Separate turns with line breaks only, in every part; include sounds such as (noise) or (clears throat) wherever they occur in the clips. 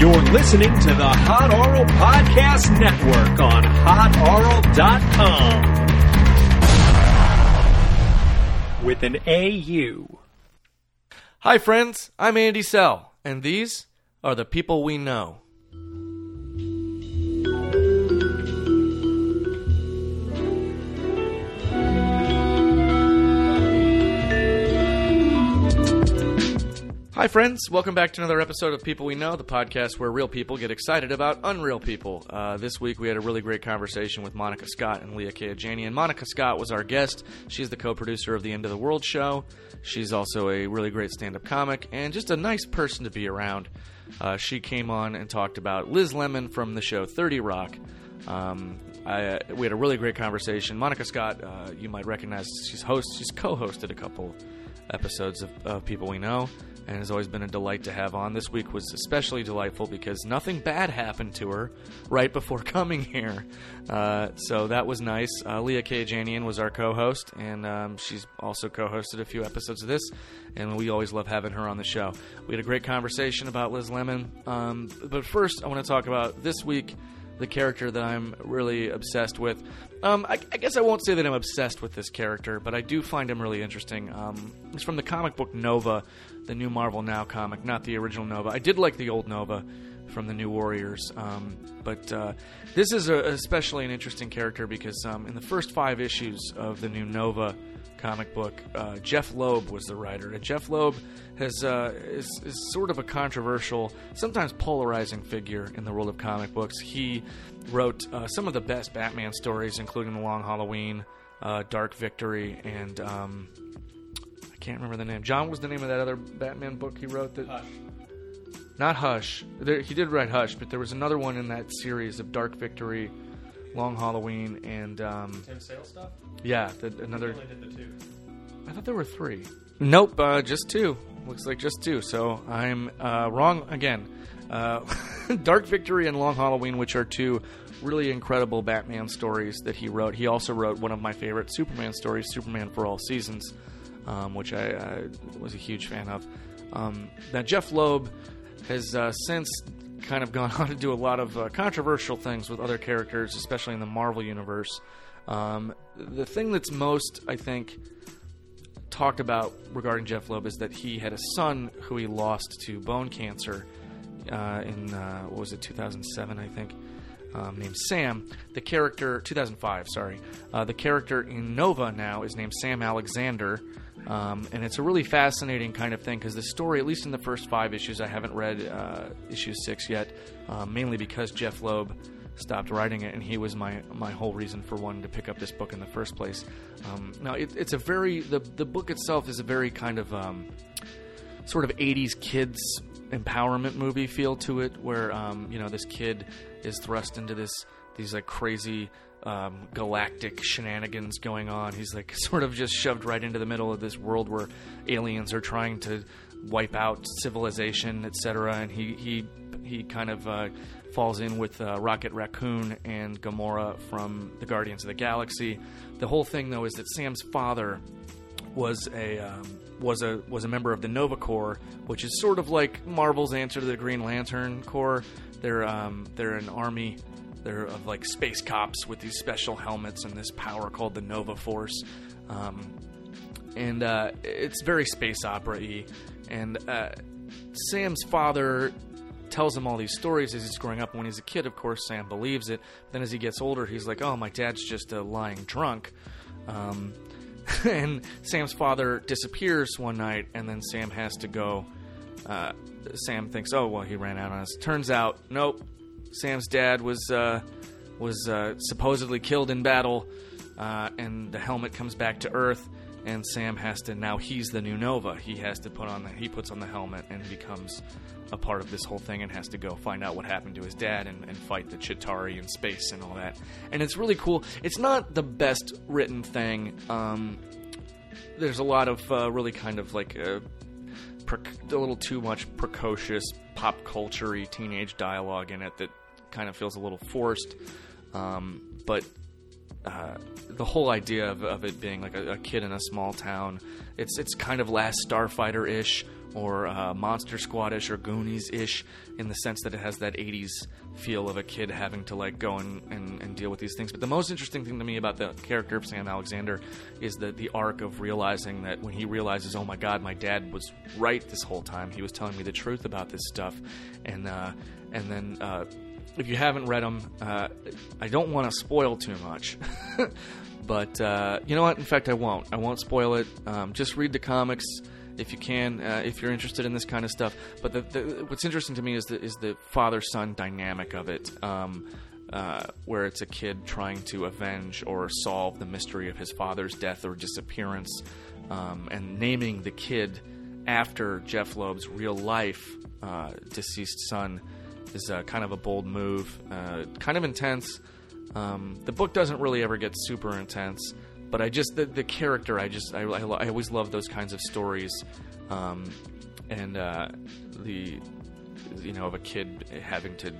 You're listening to the Hot Oral Podcast Network on hotoral.com. With an AU.
Hi, friends. I'm Andy Sell, and these are the people we know. Hi, friends. Welcome back to another episode of People We Know, the podcast where real people get excited about unreal people. Uh, this week, we had a really great conversation with Monica Scott and Leah Kajani. And Monica Scott was our guest. She's the co producer of the End of the World show. She's also a really great stand up comic and just a nice person to be around. Uh, she came on and talked about Liz Lemon from the show 30 Rock. Um, I, uh, we had a really great conversation. Monica Scott, uh, you might recognize, she's host, she's co-hosted a couple episodes of, of People We Know, and has always been a delight to have on. This week was especially delightful because nothing bad happened to her right before (laughs) coming here, uh, so that was nice. Uh, Leah Kajanian was our co-host, and um, she's also co-hosted a few episodes of this, and we always love having her on the show. We had a great conversation about Liz Lemon, um, but first I want to talk about this week the character that I'm really obsessed with. Um, I, I guess I won't say that I'm obsessed with this character, but I do find him really interesting. Um, it's from the comic book Nova, the new Marvel Now comic, not the original Nova. I did like the old Nova from the New Warriors, um, but uh, this is a, especially an interesting character because um, in the first five issues of the new Nova, comic book. Uh, Jeff Loeb was the writer, and Jeff Loeb has uh, is, is sort of a controversial, sometimes polarizing figure in the world of comic books. He wrote uh, some of the best Batman stories, including The Long Halloween, uh, Dark Victory, and um, I can't remember the name. John what was the name of that other Batman book he wrote. That not Hush. There, he did write Hush, but there was another one in that series of Dark Victory, Long Halloween, and um,
Tim Sale stuff?
yeah, the, another.
Only did the two.
I thought there were three. Nope, uh, just two. Looks like just two. So I'm uh, wrong again. Uh, (laughs) Dark Victory and Long Halloween, which are two really incredible Batman stories that he wrote. He also wrote one of my favorite Superman stories, Superman for All Seasons, um, which I, I was a huge fan of. Um, now, Jeff Loeb has uh, since kind of (laughs) gone on to do a lot of uh, controversial things with other characters, especially in the Marvel Universe. Um, the thing that's most, I think, talked about regarding Jeff Loeb is that he had a son who he lost to bone cancer uh, in uh, what was it 2007 I think um, named Sam the character 2005 sorry uh, the character in Nova now is named Sam Alexander um, and it's a really fascinating kind of thing because the story at least in the first five issues I haven't read uh, issue six yet uh, mainly because Jeff Loeb stopped writing it, and he was my my whole reason for wanting to pick up this book in the first place. Um, now it, it's a very the the book itself is a very kind of um, sort of 80s kids empowerment movie feel to it where um, you know this kid is thrust into this these like crazy um, galactic shenanigans going on he's like (laughs) sort of just shoved right into the middle of this world where aliens are trying to wipe out civilization etc and he he he kind of uh, falls in with uh, Rocket Raccoon and Gamora from the Guardians of the Galaxy the whole thing though is that Sam's father was a um, was a was a member of the Nova Corps, which is sort of like Marvel's answer to the Green Lantern Corps. They're um, they're an army. They're of like space cops with these special helmets and this power called the Nova Force. Um, and uh, it's very space opera y. And uh, Sam's father tells him all these stories as he's growing up. When he's a kid, of course, Sam believes it. Then as he gets older, he's like, oh, my dad's just a lying drunk. Um, (laughs) and Sam's father disappears one night, and then Sam has to go. Uh, Sam thinks, oh, well, he ran out on us. Turns out, nope. Sam's dad was uh, was uh, supposedly killed in battle, uh, and the helmet comes back to Earth, and Sam has to now he's the new Nova. He has to put on the he puts on the helmet and becomes a part of this whole thing and has to go find out what happened to his dad and, and fight the Chitari in space and all that. And it's really cool. It's not the best written thing. Um, there's a lot of uh, really kind of like uh, prec- a little too much precocious pop culture teenage dialogue in it that kind of feels a little forced. Um, but uh, the whole idea of, of it being like a, a kid in a small town, it's it's kind of Last Starfighter ish, or uh, Monster Squad ish or Goonies ish in the sense that it has that 80s feel of a kid having to like go and, and, and deal with these things. But the most interesting thing to me about the character of Sam Alexander is that the arc of realizing that when he realizes, oh my god, my dad was right this whole time, he was telling me the truth about this stuff, and uh, and then. Uh, if you haven't read them, uh, I don't want to spoil too much. (laughs) but uh, you know what? In fact, I won't. I won't spoil it. Um, just read the comics if you can, uh, if you're interested in this kind of stuff. But the, the, what's interesting to me is the, is the father son dynamic of it. Um, uh, where it's a kid trying to avenge or solve the mystery of his father's death or disappearance, um, and naming the kid after Jeff Loeb's real life uh, deceased son is uh, kind of a bold move, uh, kind of intense. Um, the book doesn't really ever get super intense, but I just the, the character I just I, I, lo- I always love those kinds of stories, um, and uh, the you know of a kid having to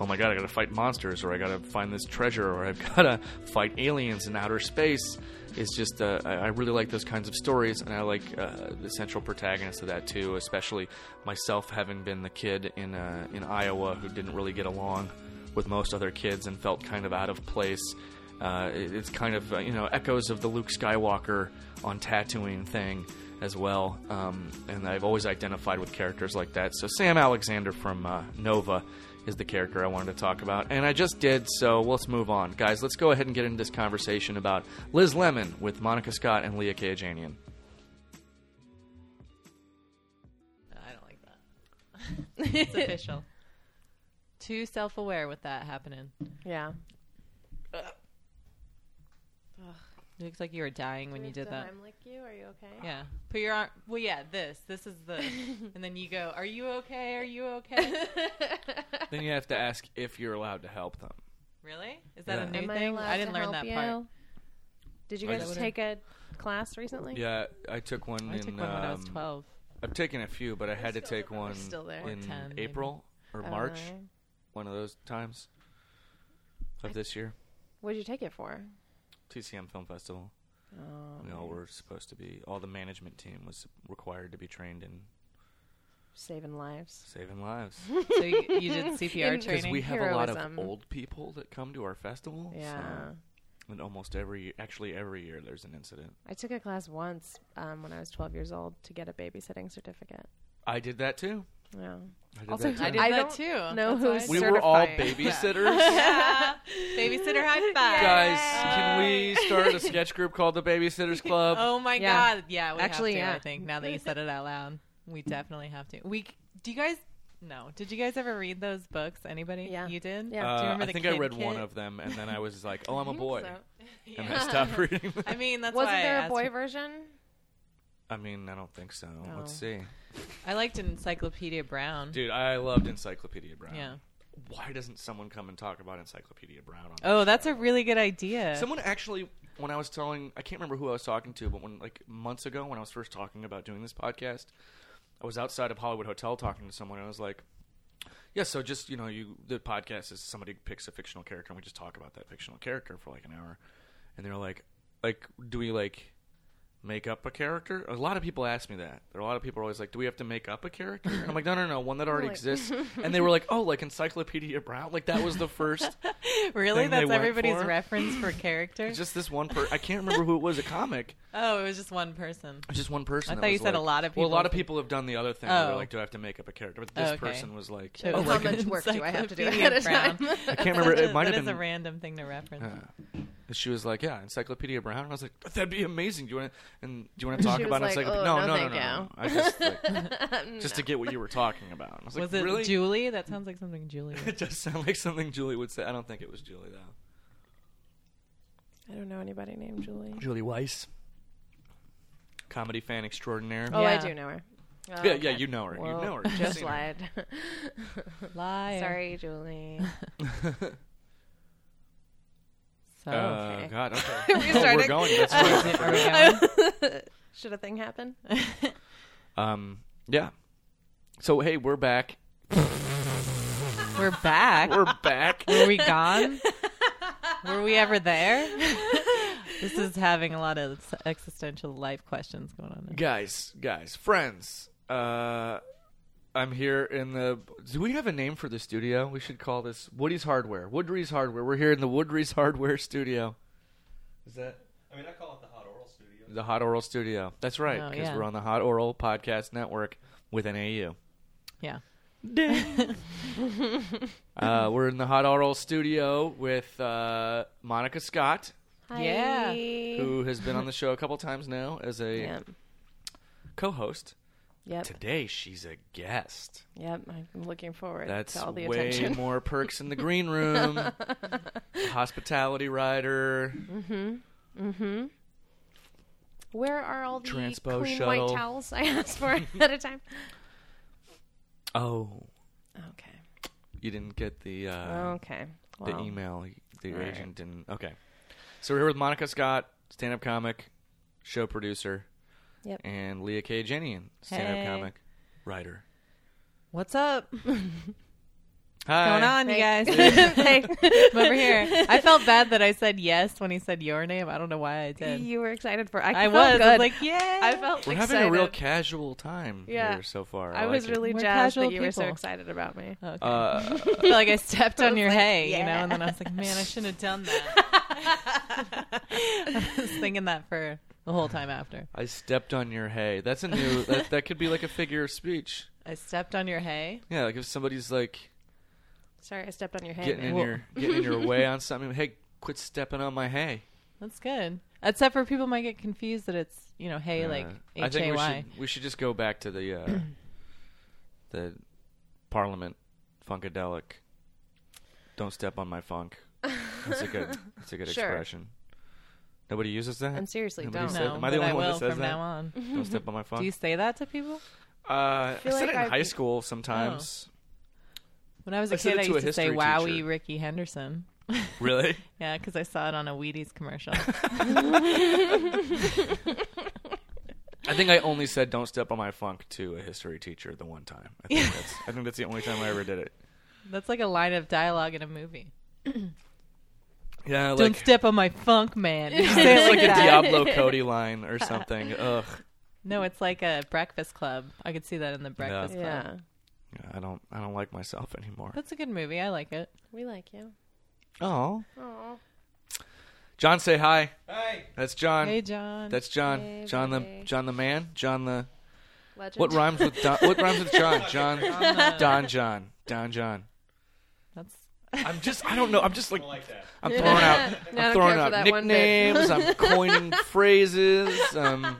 oh my god I got to fight monsters or I got to find this treasure or I've (laughs) got to fight aliens in outer space is just uh, I, I really like those kinds of stories and I like uh, the central protagonist of that too especially myself having been the kid in uh, in Iowa who didn't really get along with most other kids and felt kind of out of place uh, it- it's kind of uh, you know echoes of the Luke Skywalker on Tatooine thing as well, um, and I've always identified with characters like that. So Sam Alexander from uh, Nova is the character I wanted to talk about, and I just did. So let's move on, guys. Let's go ahead and get into this conversation about Liz Lemon with Monica Scott and Leah Kajanian.
I don't like that. (laughs) it's official. Too self aware with that happening.
Yeah.
It looks like you were dying when you did that.
I'm like you. Are you okay?
Yeah. Put your arm. Well, yeah, this. This is (laughs) the. and then you go, Are you okay? Are you
(laughs)
okay? (laughs)
Then you have to ask if you're allowed to help them.
really? Is that
Yeah.
a new
Am I
thing?
allowed
I didn't
to
learn
help
that
you?
part.
Did you
I
guys
just-
take a class recently?
Yeah, I took one.
I
in,
took one when I was
um,
12.
I've taken a few, but I had to take one
still there.
in
10, maybe. Uh,
April or
Oh,
March,
really?
one of those times of this year.
What'd you take it for?
TCM Film Festival.
Oh,
We all were supposed to be. All the management team was required to be trained in
saving lives.
saving
(laughs)
lives
so you, you did CPR
In- 'Cause
because
training?
we have a lot of
Heroism.
old people that come to our festival.
Yeah.
so- and almost every, actually every year, there's an incident.
I took a class once um, when I was 12 years old to get a babysitting certificate.
I did that too.
Yeah.
I did
Also,
that
I
too.
did
I
that
don't
too.
know
That's
who's-
(laughs)
why
we were all
certifying.
(laughs)
babysitters.
I- Babysitter
(laughs)
high five.
Guys, can we start a sketch group called the Babysitters Club?
(laughs) Oh my
Yeah.
god! Yeah, we
Actually,
have to,
yeah.
I think now that you said it out loud, we definitely have to. We c- do you guys? No, did you guys ever read those books? Anybody?
Yeah.
you did.
Yeah.
Do you
Uh,
remember
I
the
think I
kid
read
kit?
one of them, and then I was like, "Oh, I'm
(laughs)
a
think
boy,"
so.
and I stopped (laughs) reading.
I mean, Mm-hmm. that's
Wasn't
why I
there a
asked
boy
you-
version?
I mean, I don't think so. Let's
Oh.
see,
I liked Encyclopedia Brown.
dude. I loved Encyclopedia Brown.
Yeah.
Why doesn't someone come and talk about Encyclopedia Brown? On
Oh, that's a really good idea.
Someone actually, when I was telling, I can't remember who I was talking to, but when like months ago, when I was first talking about doing this podcast, I was outside of Hollywood Hotel talking to someone, and I was like, "Yeah, so just you know, you the podcast is somebody picks a fictional character, and we just talk about that fictional character for like an hour." And they're like, "Like, do we like make up a character?" A lot of people ask me that. There are a lot of people are always like, "Do we have to make up a character?" And I'm like, "No, no, no, one that already
Like-
exists." And they were like, "Oh, like Encyclopedia Brown? Like that was the first
(laughs) really?
thing they
That's
went
everybody's
for?
reference
(laughs)
for characters.
just this one per I can't remember who it was, a comic.
oh, it was just one person.
It was Just one person.
I
that
thought you
was
said a
like-
lot of
Well, a lot of
people-
people have done the other thing. where They're
Oh.
like, do I have to make up a character? But this
Okay.
person was like,
Chose
oh,
How
like
much work do I have to do Encyclopedia
at
at a
a
Brown. (laughs) time?
(laughs) I can't remember.
That
It might
is
have
a
been.
random thing to reference.
Yeah. And she was like, yeah, Encyclopedia Brown. And I was like, that'd be amazing. Do you want to? And do you want to talk
She was
about
like,
Encyclopedia?
"Oh,
no,
no,
no, no,
thank
no, no, no. I
you."
just
(laughs)
like, (laughs) just to get what you were talking about. I was like,
was it
really?
Julie? That sounds like something Julie. would
(laughs) it does sound like something Julie would say. I don't think it was Julie though.
I don't know anybody named Julie.
Julie Weiss, comedy fan extraordinaire.
Oh, I
Yeah.
do know her. Oh,
yeah, yeah, you know her.
Whoa,
you know her. You've
Just
seen her.
lied. (laughs)
Liar.
(laughs)
Sorry, Julie.
So.
Uh,
Okay.
God, okay.
We're
Oh, we're
starting.
going. That's right.
(laughs) Are we going?
Should a thing happen?
Um, yeah. So hey, we're back.
(laughs) We're back.
We're
(laughs)
back.
Were we
(laughs)
gone? Were we ever there? (laughs) this is having a lot of s- existential life questions going on.
guys, guys, friends, Uh, I'm here in the. Do we have a name for the studio? We should call this Woody's Hardware. Woodry's Hardware. We're here in the Woodry's Hardware studio. Is that
I mean, I call it the Hot Oral Studio.
the Hot Oral Studio? That's right,
Oh,
because
yeah.
we're on the Hot Oral Podcast Network with NAU.
Yeah. Mm-hmm.
uh, we're in the Hot Oral Studio with uh, Monica Scott,
Hi.
Yeah.
who has been on the show a couple times now as
(laughs)
a
Yep.
co-host.
Yep.
Today she's a guest.
Yep. I'm looking forward
That's
to all the
way (laughs)
attention.
more perks in the green room. Hospitality rider.
(laughs) Where are all the
Transpo
clean
shuttle.
white
(laughs)
towels I asked for ahead of time?
Oh,
Okay.
you didn't get the uh,
Okay.
the
Oh, Well,
email. The
All right.
agent didn't. Okay, so we're here with Monica Scott, stand-up comic, show producer,
Yep.
and Leah K. Jenian, stand-up
Hey.
comic, writer.
(laughs) What's up?
Hi.
going on, you guys? (laughs)
(laughs)
I'm over here. I felt bad that I said yes when he said your name. I don't know why I did.
You were excited for. I,
I
felt
was.
Good.
I was like, yeah.
I felt.
We're having a real
excited.
casual time
Yeah.
here so far.
I was
like it.
really
We're
jazzed that you
casual
were so
people.
excited about me.
Okay.
Uh,
(laughs) I feel like I stepped
(laughs) I
on
was
your
like,
hay, you
yeah.
know, and then I was like, man, I shouldn't have done that. (laughs) I was thinking that for the whole time after.
I stepped on your hay. That's a new. that, that could be like a figure of speech.
I stepped on your hay.
Yeah, like if somebody's like
(laughs) Sorry, I stepped on your head.
getting in
man.
(laughs)
Well-
your getting in your way on something. Hey, quit stepping on my hay.
That's good. Except for people might get confused that it's, you know, hay like
Uh, I
H
think
A
we
Y.
should we should just go back to the
(clears throat)
uh, the Parliament funkadelic. Don't step on my funk. That's a
(laughs)
good. That's a good
Sure.
expression. Nobody uses that.
And seriously,
Nobody
don't. (laughs)
said-
No,
am I the
but
only one that
will
says
from
that?
now on.
Don't step on my funk.
(laughs) Do you say that to people?
uh, I,
feel
said
like
it in
I've-
high school sometimes.
Oh. When I was
I
a
said
kid,
it
I
to a
used to say
history
"Wowie,
teacher.
Ricky Henderson." (laughs)
Really?
yeah, because I saw it on a
(laughs)
Wheaties commercial.
I think I only said "Don't step on my funk" to a history teacher the one time. I
(laughs)
think, that's, I think that's the only time I ever did it.
That's like a line of dialogue in a movie.
Yeah, like
Don't step on my funk,
(laughs)
man. You say it
it's
like
like
(laughs)
a
that.
Diablo Cody line or something. Ugh,
No, it's like a Breakfast Club. I could see that in the Breakfast Club.
Yeah,
Yeah, I don't, I don't like myself anymore.
That's a good movie. I like it.
we like you.
Oh,
Aw.
John, say hi.
Hey,
That's John.
Hey, John.
That's John.
Hey,
John the
buddy.
John the man. John the
Legend.
what
(laughs)
rhymes with Don, what rhymes with (laughs) John? John
Uh,
Don John Don John.
that's
I'm just, I don't know. I'm just like,
I like that.
I'm throwing out,
No, I
I'm
don't
throwing
care for
out
that one bit.
nicknames.
(laughs)
I'm coining phrases. Um,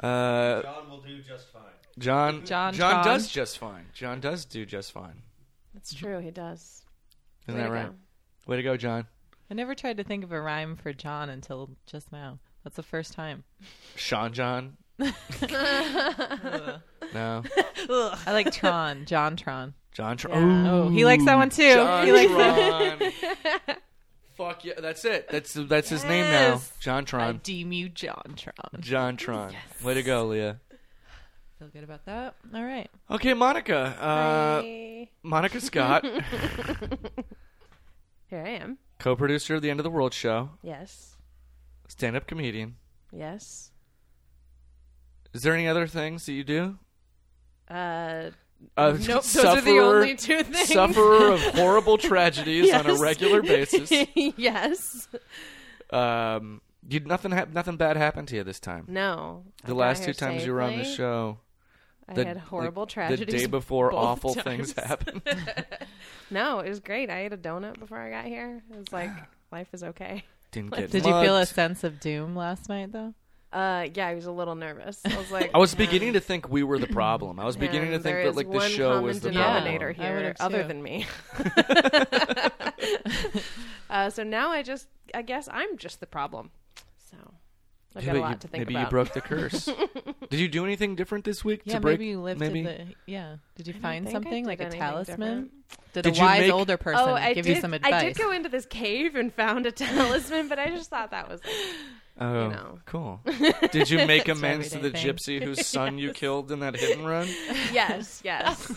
uh,
John will do just fine.
John
John
John
Tom.
does just fine. John does do just fine.
That's true. He does.
Isn't
Way
that
to
right?
go.
Way to go, John.
I never tried to think of a rhyme for John until just now. That's the first time.
Sean (laughs) John. no.
I like Tron.
(laughs)
John Tron.
John Tr-
Yeah.
Oh,
Oh, he likes that one too.
John
he likes that.
(laughs)
Tron. (laughs) Fuck yeah, that's it. That's that's his name now.
Yes.
John
I
Tron.
deem you John Tron.
John Tron. Way to go, Leah.
Feel good about that. All right.
Okay, Monica. Uh,
Hey.
Monica
(laughs)
Scott,
Here I am.
co-producer of the End of the World show,
Yes.
stand-up comedian.
Yes.
Is there any other things that you do?
Uh,
Uh,
nope. Those
sufferer,
are the only two things.
sufferer
(laughs)
of horrible tragedies on a
Yes.
regular basis.
(laughs) yes.
Um, you nothing hap nothing bad happened to you this time.
No. I
The
got
last
here
two times you were on the
safely.
show,
I
the-
had
like,
horrible
the
tragedies.
day before
both
awful
times.
things (laughs)
(laughs)
happened.
No, it was great. I ate a donut before I got here.
(sighs)
It was like life is okay.
Didn't get
Did you feel a
mugged.
sense of doom last night, though?
Uh, yeah, I was a little nervous. I was like,
I was beginning to think we
(clears throat)
were the problem. I was
Man,
beginning to think
there
that
is
like the
one
show
common
was the
denominator
problem.
problem. I
here,
would've
other
too.
than me.
(laughs)
(laughs) uh, so now I just, I guess I'm just the problem. So I've got
Maybe
a lot
you,
to think
maybe
about.
you
(laughs)
broke the curse. Did you do anything different this week?
Yeah,
to break,
maybe you lived
maybe?
the. Yeah. Did you
I don't
find
think I
something
did
like a
anything
talisman?
different.
Did,
Did
a
you
wise
make-
older person
oh, I
give
did.
you some
I did
advice?
go
(laughs)
into this cave and found a talisman, but I just thought that was
(laughs)
like,
Oh,
know. (laughs)
cool. Did you make amends to the
everyday thing.
gypsy whose son you killed in that hit and run?
yes,
(laughs)
yes,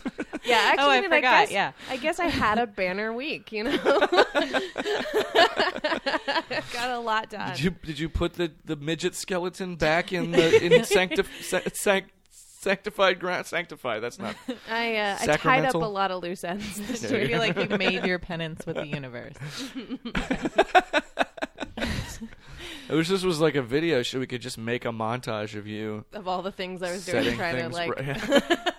yeah. Actually,
Oh, I
mean,
forgot,
guess,
yeah.
I guess I had a banner week.
(laughs)
You know, (laughs) got a lot done. (laughs)
Did you did you put the, the midget skeleton back in the in sancti- sa- sanct- Sanctified ground. Sanctify. That's not.
I uh, I tied up a
Sacramental?
lot of loose ends this
There
So
you
week.
you
go.
like you made
(laughs)
your penance with the universe.
I wish this was like a video so we could just make a montage of you
Of all the things I was doing,
setting
trying to
things
like.
right.
(laughs)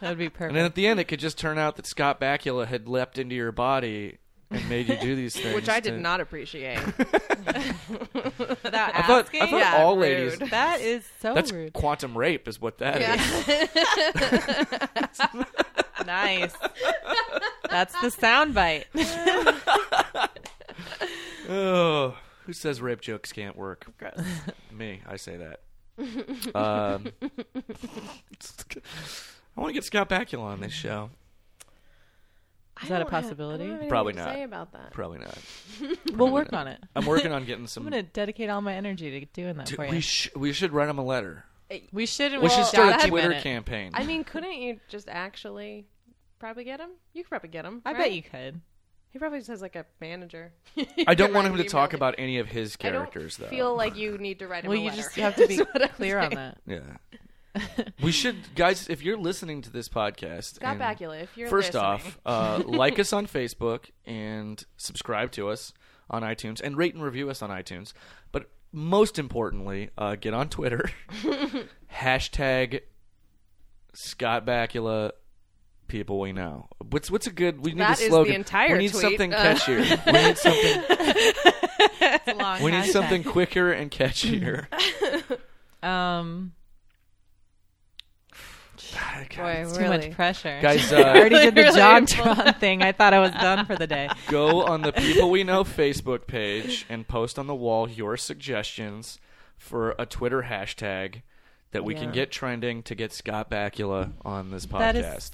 That would be perfect.
And then at the end, it could just turn out that Scott Bakula had leapt into your body and made you do these
(laughs)
things.
Which I did
to- (laughs)
not appreciate.
Without
I thought- I
asking,
thought
Yeah,
all
rude.
ladies.
that is
(laughs)
so
That's
(laughs) rude.
quantum rape, is what
(laughs)
that is.
(laughs) nice.
(laughs)
That's the sound bite.
Oh, who says rape jokes can't
(laughs)
work? Me, I say that. um, I want to get Scott Bakula on this show.
that
I
a
don't have- I don't
possibility?
have anything
Probably
to
not.
Say about that.
Probably not.
We'll work on it.
I'm working on getting
(laughs) I'm
some.
gonna dedicate all my energy to doing that
Dude,
for you.
we, sh- we should write him a letter.
we should.
we should start a
document
Twitter
it.
campaign.
I mean, couldn't you just actually probably get him? You could probably get him.
I bet
right?
you could.
He probably just has like a manager.
I don't want
Right,
him to
email
talk
me.
about any of his
I don't
characters, though.
feel like you need to write him
Well,
a
you
letter.
just have
(laughs)
to be
Is what I'm
clear on
saying.
that.
(laughs)
Yeah. we should, guys, if you're listening to this podcast.
Scott
and-
Bakula, if you're
First
listening.
off, uh, like us on Facebook and subscribe to us on iTunes and rate and review us on iTunes. But most importantly, uh, get on
(laughs)
Twitter. hashtag Scott Bakula. People we know. What's what's a good? We need
That
a
is the
slogan.
entire
we need
tweet.
something
Uh.
catchier. we need
(laughs)
something.
It's a long
We need
hashtag.
something quicker and catchier.
Um,
boy, (laughs)
it's
really.
too much pressure.
Guys,
(laughs) I
uh,
already did the
Really? (laughs)
Jontron thing. I thought I was done for the day.
go on the People We Know Facebook page and post on the wall your suggestions for a Twitter hashtag that we can
Yeah.
get trending to get Scott Bakula on this podcast.
That is-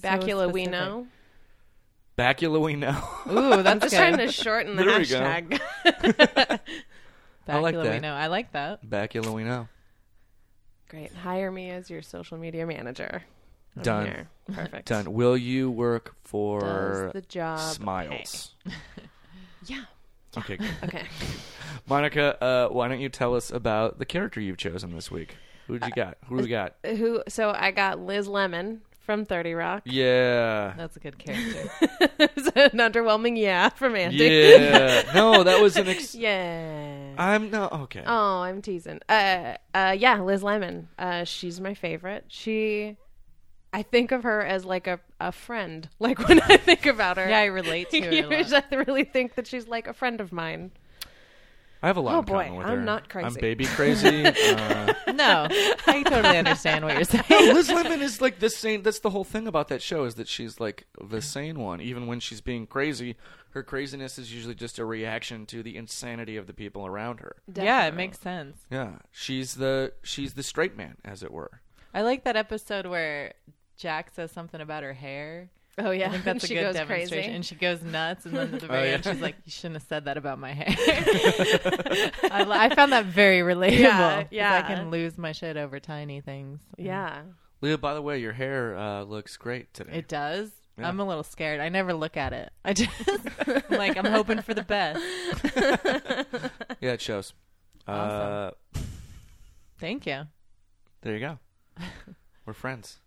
Bakula, we
specific.
know.
Bakula, we know. (laughs)
Ooh, that's
I'm just
good.
trying to shorten the
There we go.
hashtag. (laughs)
I like
Bacula, We
that.
know. I like that.
Bakula, we know.
Great. Hire me as your social media manager. I'm
Done.
here. Perfect.
Done. Will you work
Does
for
the job
Smiles?
pay? (laughs) Yeah.
Okay, good.
Okay. (laughs)
Monica, uh, why don't you tell us about the character you've chosen this week? Who'd
Uh,
you got? Who we got?
Who? So I got Liz Lemon from Thirty Rock.
Yeah.
That's a good character.
(laughs) It's an underwhelming yeah from Andy.
Yeah. No, that was
(laughs)
an ex-
Yeah.
I'm no okay.
Oh, I'm teasing. Uh, uh, yeah, Liz Lemon. Uh, she's my favorite. She, I think of her as like a, a friend. (laughs) Like when I think about her,
Yeah, I relate (laughs)
(laughs)
to it. A lot.
I really think that she's like a friend of mine.
I have a lot
Oh,
in common
boy,
with
I'm
her.
not
I'm
crazy. (laughs)
baby crazy. uh,
No, I totally understand what you're
(laughs) Oh,
no,
saying.
Liz Lemon is like the same. That's the whole thing about that show is that she's like the sane one, even when she's being crazy. Her craziness is usually just a reaction to the insanity of the people around her.
Yeah, it makes sense.
Yeah, she's the she's the straight man, as it were.
I like that episode where Jack says something about her hair.
Oh yeah,
I think
(laughs)
that's
and
a
she
good
goes
demonstration.
crazy.
And she goes nuts, and then at the very
Oh, yeah.
end, she's like, "You shouldn't have said that about my
(laughs)
hair." I, li- I found that very relatable.
Yeah,
'cause
yeah.
I can lose my shit over tiny things.
yeah,
Leah, by the way, your hair uh, looks great today.
It does.
Yeah.
I'm a little scared. I never look at it. I just I'm like I'm hoping for the best.
yeah, it shows.
Awesome.
Uh,
Thank you.
there you
(laughs)
go. We're friends.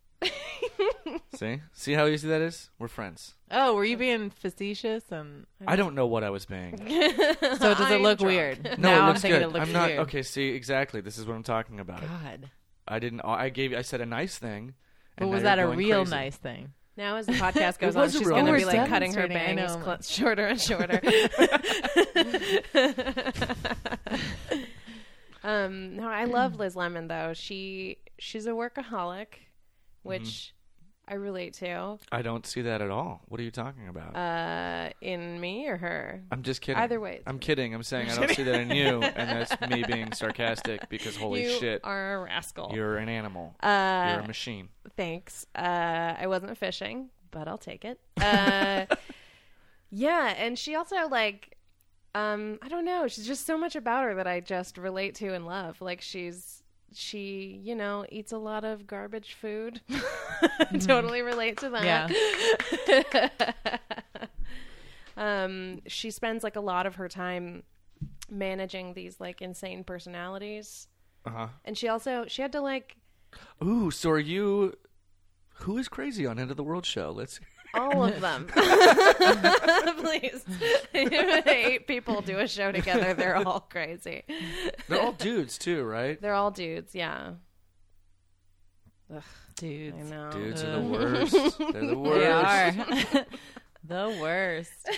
see, see how easy that is. We're friends.
Oh, were you being facetious?
(laughs)
And
I don't know what I was
(laughs)
being.
so does it
I'm
look
drunk.
weird?
No,
now
it looks
I'm thinking
good.
it looks
I'm not
weird.
okay. See, exactly. This is what I'm talking about.
God,
I didn't. I gave. I said a nice thing.
but
and
was
now
that
you're
a
going
real
crazy.
nice
(laughs)
thing? (laughs)
Now as the podcast goes
It
on,
was a
she's
real
gonna be
nice
like
time.
cutting her
Demonstrating, I
bangs
know.
cl- shorter and
(laughs)
shorter. um, no, I love Liz Lemon though. She she's a workaholic,
Mm-hmm.
which I relate to.
I don't see that at all. What are you talking about?
Uh, in me or her?
I'm just kidding.
either way, it's
I'm kidding. I'm saying I don't see that in you, and that's
(laughs)
me being sarcastic because holy
you
shit,
are a rascal.
you're an animal.
uh,
you're a machine.
thanks. Uh, I wasn't fishing, but I'll take it. Uh, yeah, and she also like, um, I don't know. She's just so much about her that I just relate to and love. Like she's she, you know, eats a lot of garbage food. (laughs) totally relate to that.
Yeah.
(laughs) Um, she spends like a lot of her time managing these like insane personalities
Uh huh.
and she also she had to like
Ooh, so are you? Who is crazy on End of the World show? Let's.
All of
(laughs)
them. Please. (laughs) Eight people do a show together. They're all crazy.
They're
(laughs)
all dudes too, right?
They're all dudes, yeah. I
Dudes.
know.
Dudes are the worst. They're the worst.
(laughs)
(laughs)
They are. (laughs) the worst.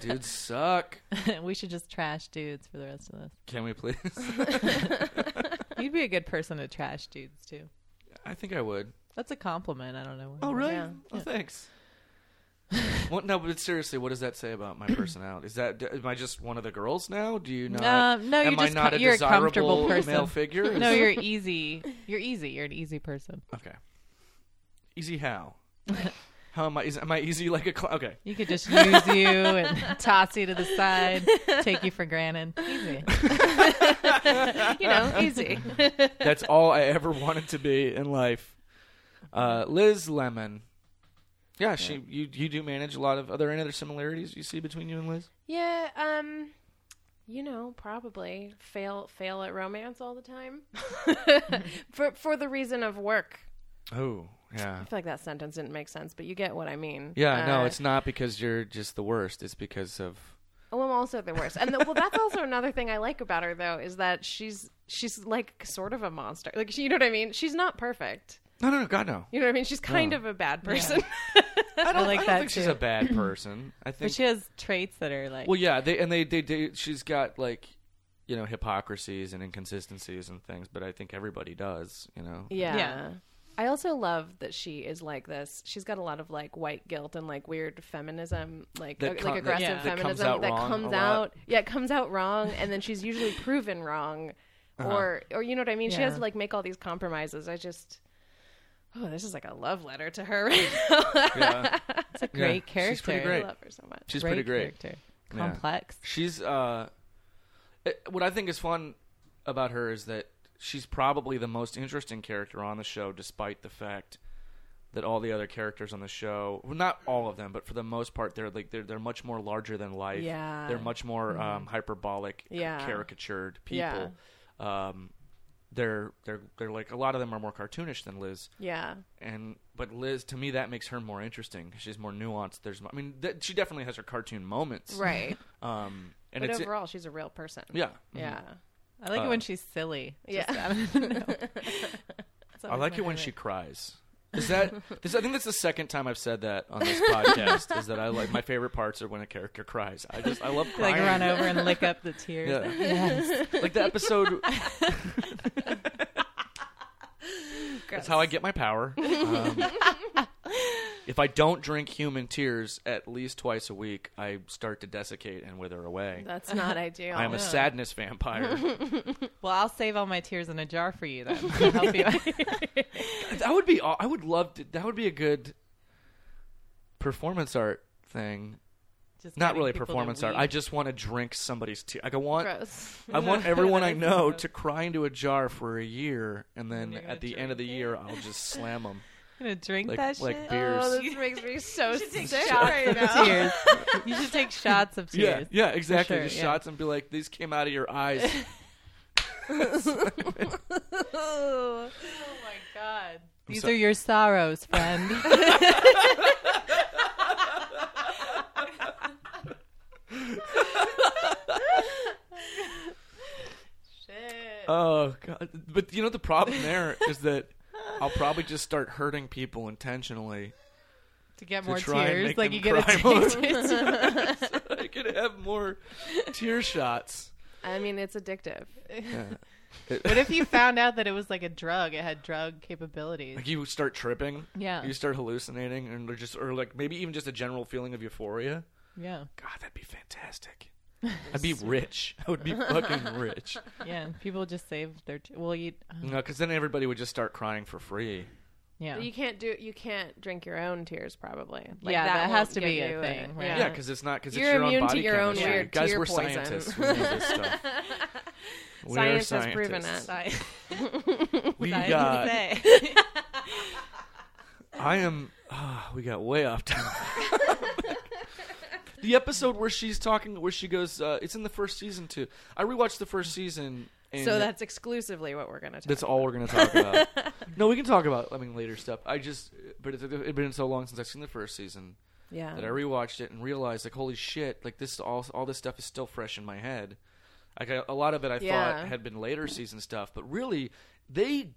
Dudes suck.
(laughs) we should just trash dudes for the rest of this.
Can we please? (laughs)
You'd be a good person to trash dudes too.
I think I would.
That's a compliment. I don't know. why.
Oh really?
Yeah.
Oh, (laughs) thanks. well, no, but seriously, what does that say about my personality? Is that am I just one of the girls now? Do you not?
Um, no,
am
you're
I
just
not
co-
a
you're a
desirable
comfortable person.
male (laughs) figure?
No,
Is-
you're easy. You're easy. You're an easy person.
okay. Easy
(laughs)
how? how am I? Is, am I easy like a? Cl- okay.
You
(laughs)
could just use you and toss you to the side, take you for granted. Easy.
(laughs) You know,
(laughs)
easy.
That's all I ever wanted to be in life. Uh, Liz Lemon. Yeah, she you you do manage a lot of. Are there any other similarities you see between you and Liz?
Yeah, um you know, probably fail fail at romance all the time. (laughs) for for the reason of work.
Oh yeah,
I feel like that sentence didn't make sense, but you get what I mean.
yeah. no,
Uh,
it's not because you're just the worst. It's because of
Oh, I'm also the worst. And the, well, that's also another thing I like about her though is that she's she's like sort of a monster. Like she, you know what I mean? She's not perfect.
no, no, no. God no.
You know what I mean? She's kind of a bad (laughs) person.
I don't like
I don't
that
think
too.
she's a
(clears throat)
bad person. I think.
but she has traits that are like.
well, yeah. They and they, they they she's got like you know hypocrisies and inconsistencies and things. But I think everybody does. You know.
yeah.
Yeah.
I also love that she is like this. She's got a lot of like white guilt and like weird feminism, like
That
ag-
com-
like
that-
aggressive
Yeah. that
feminism
comes out
that
wrong a
comes
lot.
out. Yeah, it comes out wrong, and then she's
(laughs)
usually proven wrong,
Uh-huh.
or or you know what I mean. She has
Yeah.
to like make all these compromises. I just. Oh, this is like a love letter to her (laughs) right now.
Yeah.
it's a great
Yeah,
character.
she's pretty
I
great.
love her so much.
She's pretty great.
character.
Yeah.
Complex.
She's uh, it- what I think is fun about her is that she's probably the most interesting character on the show, despite the fact that all the other characters on the show, well, not all of them, but for the most part, they're like they're they're much more larger than life.
Yeah. Mm-hmm.
they're much more um, hyperbolic,
Yeah.
caricatured people. Um, they're they're they're like a lot of them are more cartoonish than Liz
Yeah.
and but Liz to me that makes her more interesting. She's more nuanced. There's I mean th- she definitely has her cartoon moments.
Right.
Um and
but
it's
overall, she's a real person.
yeah.
Yeah.
I like
Uh,
it when she's silly. Just
Yeah.
out of the know. It's
I
always
like
my
it when she
favorite.
cries. Is that this I think that's the second time I've said that on
(laughs)
this podcast is that I like my favorite parts are when a character cries. I just I love crying.
like run over and lick up
(laughs)
the tears.
Yeah. Like the episode That's how I get my power.
(laughs)
Um, if I don't drink human tears at least twice a week, I start to desiccate and wither away. (laughs)
That's not ideal.
I am a sadness vampire.
Well, I'll save all my tears in a jar for you then. I'll
(laughs)
help you.
That would be. aw- I would love to. That would be a good performance art thing.
Just
Not
getting
really
people to
performance art.
weep.
I just want to drink somebody's tea. Like I want.
Gross.
I
(laughs)
want everyone I
That is
know
gross.
to cry into a jar for a year, and then
you're gonna
at the end of the year, I'll just slam
(laughs)
them
I'm gonna drink
like
that
like (laughs)
shit.
beers.
Oh, this makes me so sick
shots
right
of
now.
tears. You should take shots of
yeah,
tears.
yeah, exactly.
sure,
just
yeah.
shots and be like, "These came out of your
(laughs)
eyes." (laughs)
Oh my god. These
so-
are your sorrows,
(laughs)
friend.
oh god! But you know the problem there is that I'll probably just start hurting people intentionally.
to get
to
more
try and
tears,
make
like
them
you get
cry more.
addicted. (laughs) to-
so I could have more tear shots.
I mean, it's addictive.
what if you found out that it was like a drug? It had drug
(laughs)
capabilities.
Like you start tripping,
Yeah.
You start hallucinating, and they're just or like maybe even just a general feeling of euphoria.
Yeah,
God, that'd be
(laughs)
fantastic. I'd be rich. I would be fucking rich.
yeah. and People just save their. T- well, you. uh,
No, because then everybody would just start crying for free.
Yeah.
But you can't do. You can't drink your own tears, probably. Like,
Yeah, that has
won't
to be
give
a
you
thing, right?
Yeah,
(laughs)
because it's not because it's
You're
your own
immune to
body
your own
chemistry.
weird
Guys,
tear
we're
poison.
scientists.
(laughs)
We know this stuff. We are
Science has proven
scientists.
Sorry.
We
Sorry to
got.
say.
I am. ah, we got way off topic. (laughs) the episode where she's talking, where she goes, uh, it's in the first season too. I rewatched the first season And
so that's exclusively what we're going to talk
that's all we're gonna talk about. (laughs) no, we can talk about I mean later stuff. I just but it's it's been so long since I've seen the first season
Yeah.
that I rewatched it and realized like holy shit like this all all this stuff is still fresh in my head. Like I, a lot of it I
Yeah.
thought had been later season stuff, but really they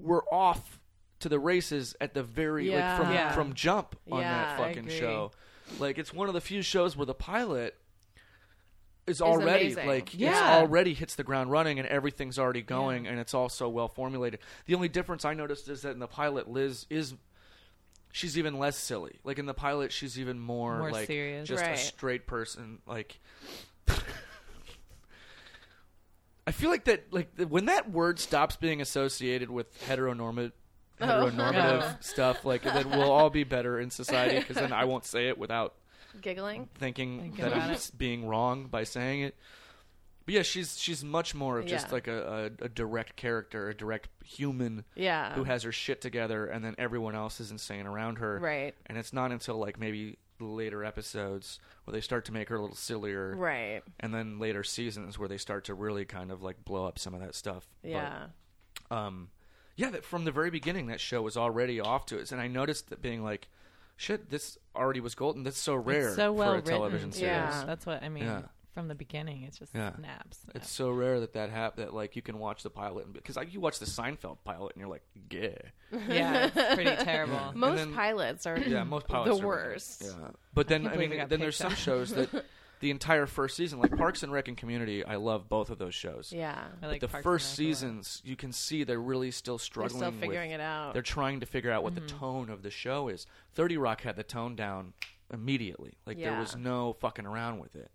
were off to the races at the very like from
Yeah.
from jump on
Yeah,
that
I
fucking
agree.
show. Like it's one of the few shows where the pilot is already
amazing.
like it's
Yeah.
already hits the ground running and everything's already going and it's all so well formulated. The only difference I noticed is that in the pilot Liz is she's even less silly. Like in the pilot she's even more,
More
like
serious.
just a
Right.
straight person like (laughs) I feel like that like th- when that word stops being associated with heteronormative heteronormative
Oh. Yeah.
stuff like then we'll all be better in society because then I won't say it without
Giggling.
thinking,
Thinking
that
about
I'm
it.
s- being wrong by saying it. But yeah, she's she's much more of just
Yeah.
like a, a, a direct character, a direct human
Yeah.
who has her shit together, and then everyone else is insane around her.
Right.
And it's not until like maybe the later episodes where they start to make her a little sillier,
right.
and then later seasons where they start to really kind of like blow up some of that stuff. But,
Yeah.
um, yeah, that from the very beginning, that show was already off to us, and I noticed that being like, shit, this already was golden. That's so rare
It's so well
for a
written.
television series.
Yeah.
That's what I mean.
Yeah.
From the beginning, it's just
Yeah.
snaps. snaps.
It's so rare that that hap- that like you can watch the pilot and because like you watch the Seinfeld pilot and you're like, yeah,
yeah, it's pretty
(laughs)
terrible.
Most
then-
pilots are
yeah, most pilots
the
are-
worst.
Yeah, but then
can't
I, mean,
believe it
then
got
there's
picked
some shows that the entire first season, like Parks and Rec and Community, I love both of those shows.
Yeah.
I
But
like
the
Parks and
first
Rec a lot.
seasons, you can see they're really still
They're
struggling.
still figuring
with,
it out.
They're trying to figure out what the tone of the show is. Thirty Rock had the tone down immediately. Like there
Yeah.
was no fucking around with it.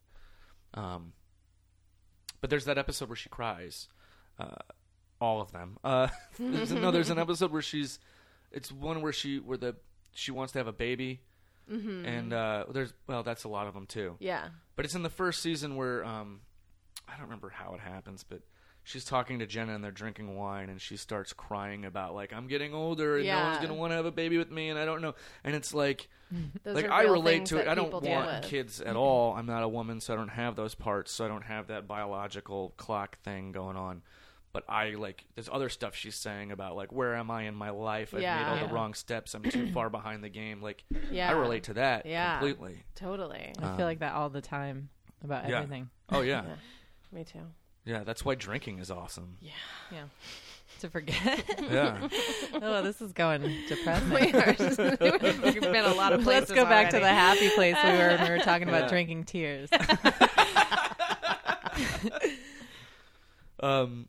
Um, but there's that episode where she cries. Uh, all of them. Uh, (laughs) there's, no, there's an episode where she's. It's one where she where the she wants to have a baby, and uh, there's well that's a lot of them too.
yeah.
But it's in the first season where um, I don't remember how it happens, but she's talking to Jenna and they're drinking wine, and she starts crying about like I'm getting older and no one's
Yeah.
gonna want to have a baby with me, and I don't know. And it's like
Those
like
are
I
real
relate
things
to it.
that
I don't
people
want
deal with. Mm-hmm.
kids at all. I'm not a woman, so I don't have those parts. So I don't have that biological clock thing going on. But I like there's other stuff she's saying about like where am I in my life? I've made
Yeah.
all the
Yeah.
wrong steps. I'm too far behind the game. Like
Yeah.
I relate to that
Yeah.
completely.
Totally.
I feel like that all the time about
um, Yeah.
everything.
Oh yeah. yeah,
Me too.
(laughs) That's why drinking is awesome.
Yeah. To forget.
(laughs)
Yeah.
(laughs) oh, this is going depressing.
We are just, we've been (laughs) a lot of
Let's
places.
go back to the
already.
happy place we were when we were
(laughs)
talking about drinking tears.
(laughs) um,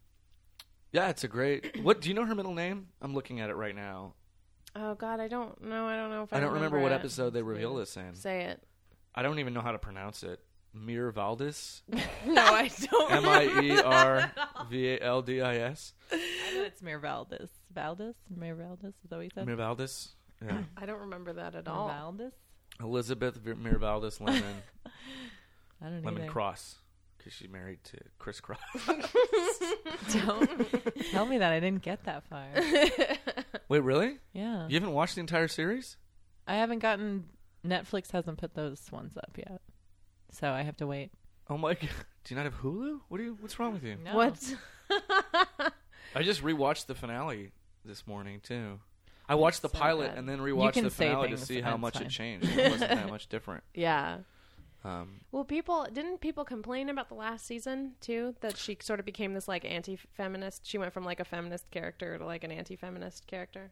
yeah, it's a great. What do you know her middle name? I'm looking at it right now.
Oh God, I don't know. I don't know if I,
I don't remember, what
it.
episode they reveal this in.
Say it.
I don't even know how to pronounce it. Mir
(laughs)
Valdis.
No, I don't.
M I E R V A L D I S.
I know it's Mirvaldis. Valdis? Mirvaldis? Is that what you said?
Mir Valdis. Yeah. (clears throat)
I don't remember that at all.
Mirvaldis?
Elizabeth V- Mir Valdis
(laughs)
Lemon.
I don't
Lemon
either.
Cross. Because she married to Chris Cross.
(laughs)
Don't tell me that. I didn't get that far.
(laughs) Wait, really?
Yeah.
You haven't watched the entire series?
I haven't gotten. Netflix hasn't put those ones up yet. So I have to wait.
Oh my god. (laughs) Do you not have Hulu? What do you what's wrong with you?
What?
I just rewatched the finale this morning too. I watched the
so
pilot
bad.
and then
You
rewatched
can
the
say
finale to
things,
see how
it's
much
fine.
it changed. It wasn't that much
(laughs)
different.
(laughs) Yeah.
Um,
Well, people didn't people complain about the last season too that she sort of became this like anti-feminist. She went from like a feminist character to like an anti-feminist character.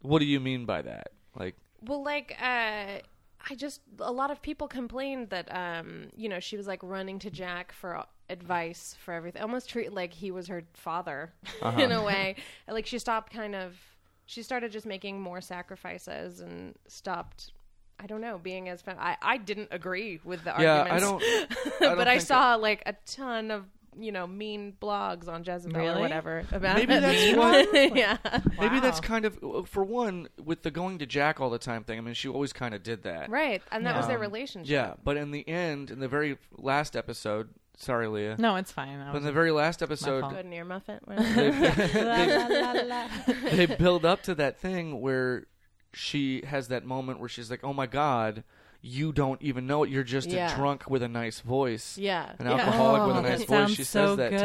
what do you mean by that? Like,
Well, like uh I just a lot of people complained that um you know, she was like running to Jack for advice for everything. Almost treat like he was her father (laughs) in
Uh-huh.
a way. (laughs) like she stopped kind of she started just making more sacrifices and stopped I don't know, being as fem- I I didn't agree with the
yeah,
arguments.
I
(laughs)
don't. don't
(laughs) but I
think
saw like a ton of you know mean blogs on Jezebel
Really?
or whatever about
Maybe
it.
that's why-
(laughs) yeah.
Maybe that's
Wow.
kind of for one with the going to Jack all the time thing. I mean, she always kind of did that,
Right, and that was their relationship.
Um, Yeah, but in the end, in the very last episode, sorry, Leah,
No, it's fine. I
but in
was-
the very last episode,
fault.
Good near muffin.
they,
La,
they,
la, la, la.
they build up to that thing where she has that moment where she's like, "Oh my God." you don't even know it. You're just
Yeah.
a drunk with a nice voice.
Yeah.
An
Yeah.
alcoholic with a
Oh,
nice voice.
that sounds
She says
so Oh,
that to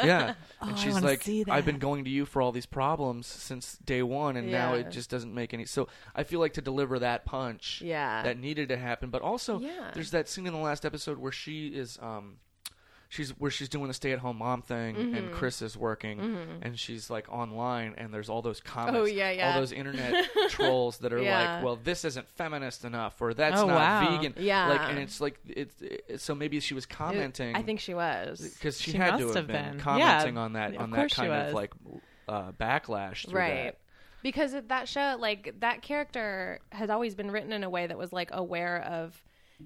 her. (laughs) Yeah. and she's
wanna
like,
see
I've
that."
been going to you for all these problems since day one, and now
Yeah.
it just doesn't make any. So I feel like to deliver that punch
Yeah.
that needed to happen, but also
Yeah.
there's that scene in the last episode where she is. um She's where she's doing the stay-at-home mom thing, and Chris is working, and she's like online, and there's all those comments,
yeah, yeah.
all those internet trolls that are
Yeah.
like, "Well, this isn't feminist enough," or "That's
Oh,
not
wow.
vegan,"
Yeah.
Like, and it's like it's it, so maybe she was commenting.
I think she was.
because she,
She
had to
must
have,
have
been,
been.
commenting
Yeah,
on that
of
on that
course she
kind of
was.
like uh, backlash, through
right
that.
because at that show like that character has always been written in a way that was like aware of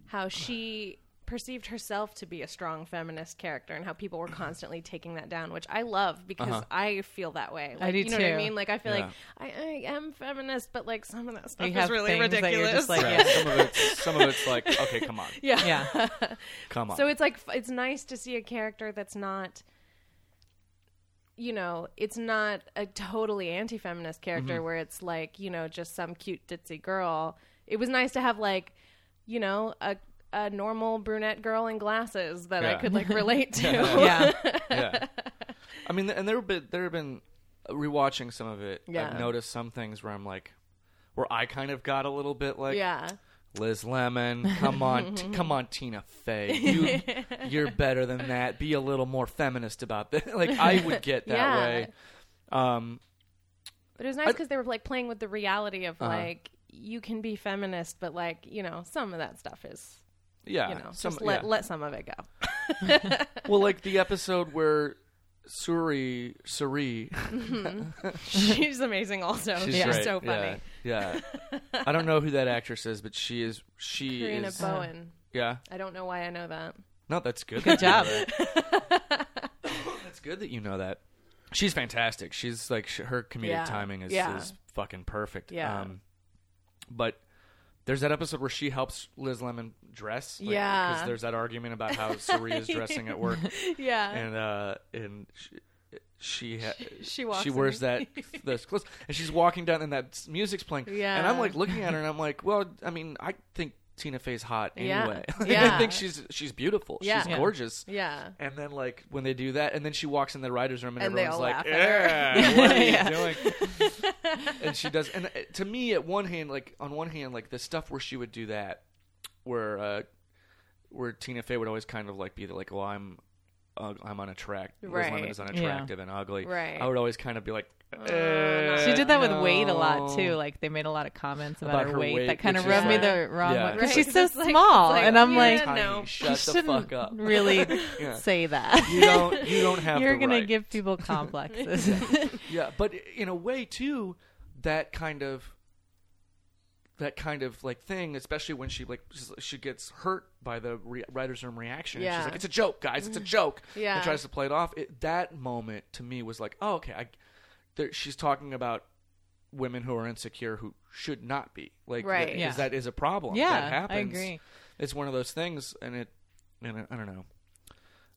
how she perceived herself to be a strong feminist character and how people were constantly taking that down which i love because i feel that way like,
Uh-huh. do
you know what i
too.
mean like i feel
Yeah.
like I, I am feminist but like some of that stuff
You
is
have
really
things that
ridiculous
you're just like,
Right.
Yeah.
some of it's some of it's like, okay, come on,
yeah
(laughs)
(laughs)
yeah.
come on.
so it's like f- it's nice to see a character that's not you know, it's not a totally anti-feminist character
Mm-hmm.
where it's like, you know, just some cute ditzy girl. It was nice to have like, you know, a a normal brunette girl in glasses that I
Yeah.
could
(laughs)
like relate to. (laughs)
yeah.
yeah. I mean, and there have been there have been rewatching some of it.
Yeah.
I've noticed some things where I'm like, where I kind of got a little bit like,
yeah.
Liz Lemon,
(laughs)
come on, t- come on, Tina Fey, you, you're better than that. Be a little more feminist about this. (laughs) like I would get that
Yeah.
way. Um,
But it was nice cuz they were like playing with the reality of
Uh-huh.
like you can be feminist but like, you know, some of that stuff is,
yeah,
you know,
Uh, some-
just let
yeah.
let some of it go.
(laughs) well, like the episode where Suri Suri,
She's amazing also. Oh, She's,
great.
so funny. (laughs)
Yeah, yeah. I don't know who that actress is, but she is she
Karina
is
Bowen.
yeah.
I don't know why I know that.
No, that's good.
Good job.
(laughs)
That's good that you know that. She's fantastic. She's like sh- her comedic
Yeah.
timing is,
Yeah.
is fucking perfect. Um,
Yeah.
but there's that episode where she helps Liz Lemon dress. like,
Yeah.
because there's that argument about how Suri is dressing at
(laughs)
work,
Yeah.
and uh, and she. She ha-
she walks
she
in.
wears
(laughs)
that those clothes and she's walking down and that s- music's playing
Yeah.
and I'm like looking at her and I'm like well I mean I think Tina Fey's hot
Yeah.
anyway (laughs) Like, I
Yeah.
think she's she's beautiful
Yeah.
she's
Yeah.
gorgeous
yeah.
and then like when they do that, and then she walks in the writers' room, and,
And they
everyone's
all
like,
laugh at
"Yeah, (laughs) what are you doing?" and she does. And uh, to me, at one hand, like on one hand, like the stuff where she would do that, where uh, where Tina Fey would always kind of like be like, "Well, I'm." Uh, I'm unattractive. Liz Lemon
Right.
is unattractive and ugly.
Right.
I would always kind of be like,
She
(laughs)
did that with
"Eh,
weight a lot too.
no."
Like they made a lot of comments about,
About
her,
her
weight,
weight,
that kind of
which
is
rubbed me
like-
the wrong
Yeah.
way
Right,
because she's
'cause
so
it's like-
small,
it's like,
and I'm
yeah,
like,
no.
Tiny,
know.
shut
you
the
shouldn't
fuck up.
(laughs) really
(laughs) Yeah.
say that.
You don't. You don't have.
You're
the
gonna
right. (laughs)
give people complexes.
(laughs)
Yeah, but in a way too, that kind of that kind of like thing, especially when she like she's- she gets hurt by the re- writers' room reaction. And
Yeah.
she's like, "It's a joke, guys. It's a joke."
Yeah.
and tries to play it off. It, that moment to me was like, "Oh, okay." I, there, she's talking about women who are insecure who should not be like
Right.
because
Yeah.
that is a problem
Yeah,
that
I
happens
agree.
it's one of those things and it and it, i don't know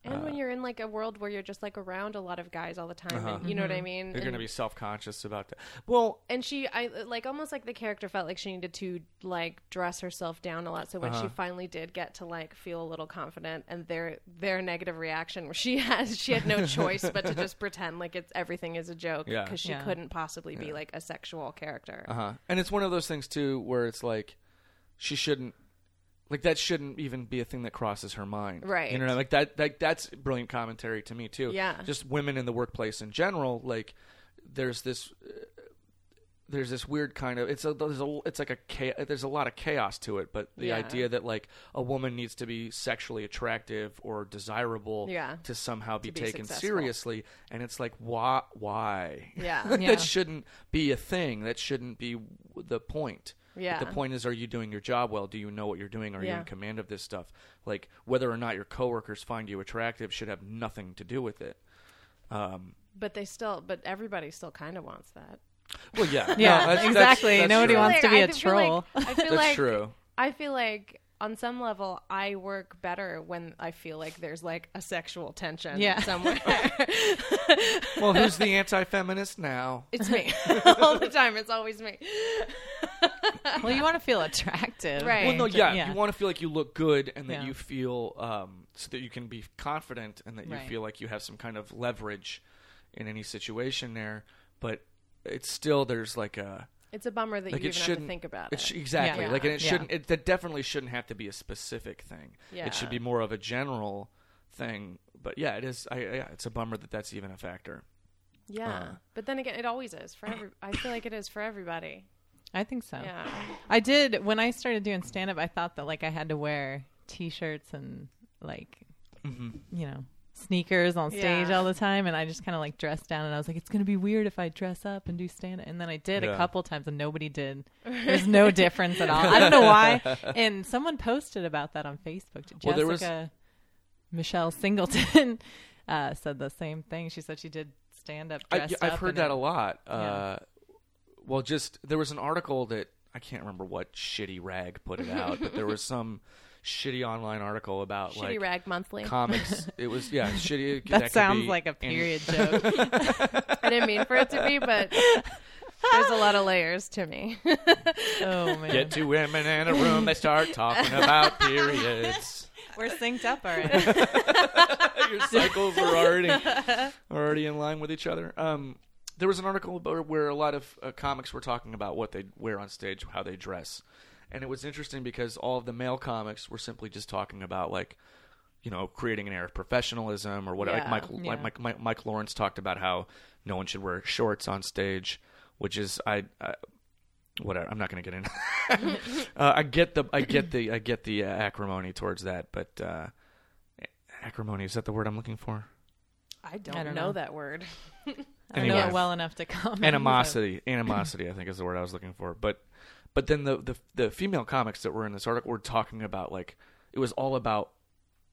And
Uh-huh.
when you're in like a world where you're just like around a lot of guys all the time, and you know what I mean.
you're
and,
gonna be self-conscious about that well
and she, I like almost like the character felt like she needed to like dress herself down a lot. So when she
Uh-huh.
finally did get to like feel a little confident, and their their negative reaction, where she (laughs) has she had no choice but to
(laughs)
just pretend like it's everything is a joke
Yeah.
because she
Yeah.
couldn't possibly be like a sexual character.
Uh-huh. And it's one of those things too where it's like she shouldn't like that shouldn't even be a thing that crosses her mind.
Right.
You know, like that like that's brilliant commentary to me too.
Yeah.
Just women in the workplace in general like there's this uh, there's this weird kind of it's a there's a it's like a cha- there's a lot of chaos to it, but the
Yeah.
idea that like a woman needs to be sexually attractive or desirable
Yeah.
to somehow be,
be
taken
successful.
seriously, and it's like why why
Yeah.
Yeah.
(laughs) that shouldn't be a thing. That shouldn't be w- the point.
Yeah.
The point is, are you doing your job well? Do you know what you're doing? Are you
Yeah.
in command of this stuff? Like whether or not your coworkers find you attractive should have nothing to do with it.
But they still, but everybody still kind of wants that.
Well, yeah, No,
Yeah,
that's- that's-
exactly.
that's
Nobody
true.
wants- to be
a
a troll.
I feel
That's
like
true.
I feel like on some level, I work better when I feel like there's like a sexual tension
Yeah.
(laughs) somewhere.
Well, who's the anti-feminist now? (laughs)
it's me all the time. It's always me.
Well, you want to feel attractive,
Right.
Well, no,
and-
yeah, you want to feel like you look good and that
Yeah.
you feel um, so that you can be confident and that you
Right.
feel like you have some kind of leverage in any situation there. But it's still there's like a
It's a bummer that
like
you
it
even
shouldn't
have to think about
it
it.
sh- exactly
Yeah.
like and it
Yeah.
shouldn't it that definitely shouldn't have to be a specific thing.
Yeah.
It should be more of a general thing. But yeah, it is. I, I- yeah, it's a bummer that that's even a factor.
yeah,
uh.
but then again, it always is for every. I feel like it is for everybody.
I think so.
Yeah,
I did when I started doing stand up. I thought that like I had to wear t-shirts and like
Mm-hmm.
you know sneakers on stage
Yeah.
all the time, and I just kind of like dressed down. And I was like, it's gonna be weird if I dress up and do stand up. And then I did
Yeah.
a couple times, and nobody did. (laughs) There's no difference at all. I don't know why. And someone posted about that on Facebook. Jessica
Well, there was-
Michelle Singleton (laughs) uh, said the same thing. She said she did stand up.
I,
dressed
have
up
heard
and
that
it-
a lot. Uh, well, just there was an article that I can't remember what shitty rag put it out, but there
(laughs)
was some shitty online article about
shitty
like
rag monthly.
comics. it was
(laughs)
yeah, shitty.
That,
could
sounds
be
like a
any- (laughs)
period joke.
I didn't mean for it to be, but there's a lot of layers to me.
oh man,
Get two women in a room, they start talking about periods.
we're synced up (laughs) already.
(laughs) Your cycles are already are already in line with each other. Um, there was an article about where a lot of uh, comics were talking about what they wear on stage, how they dress, and it was interesting because all of the male comics were simply just talking about like, you know, creating an air of professionalism or what. Like
Yeah.
Michael,
Yeah.
like Mike, Mike, Mike Lawrence talked about how no one should wear shorts on stage, which is I. I Whatever, I'm not going to get into. uh, I get the, I get the, I get the uh, acrimony towards that, but uh, acrimony is that the word I'm looking for?
(laughs) I don't,
I don't
know,
know.
that word.
I don't know
Anyway.
it well enough to (laughs) comment.
animosity animosity i think is the word i was looking for but but then the, the the female comics that were in this article were talking about like it was all about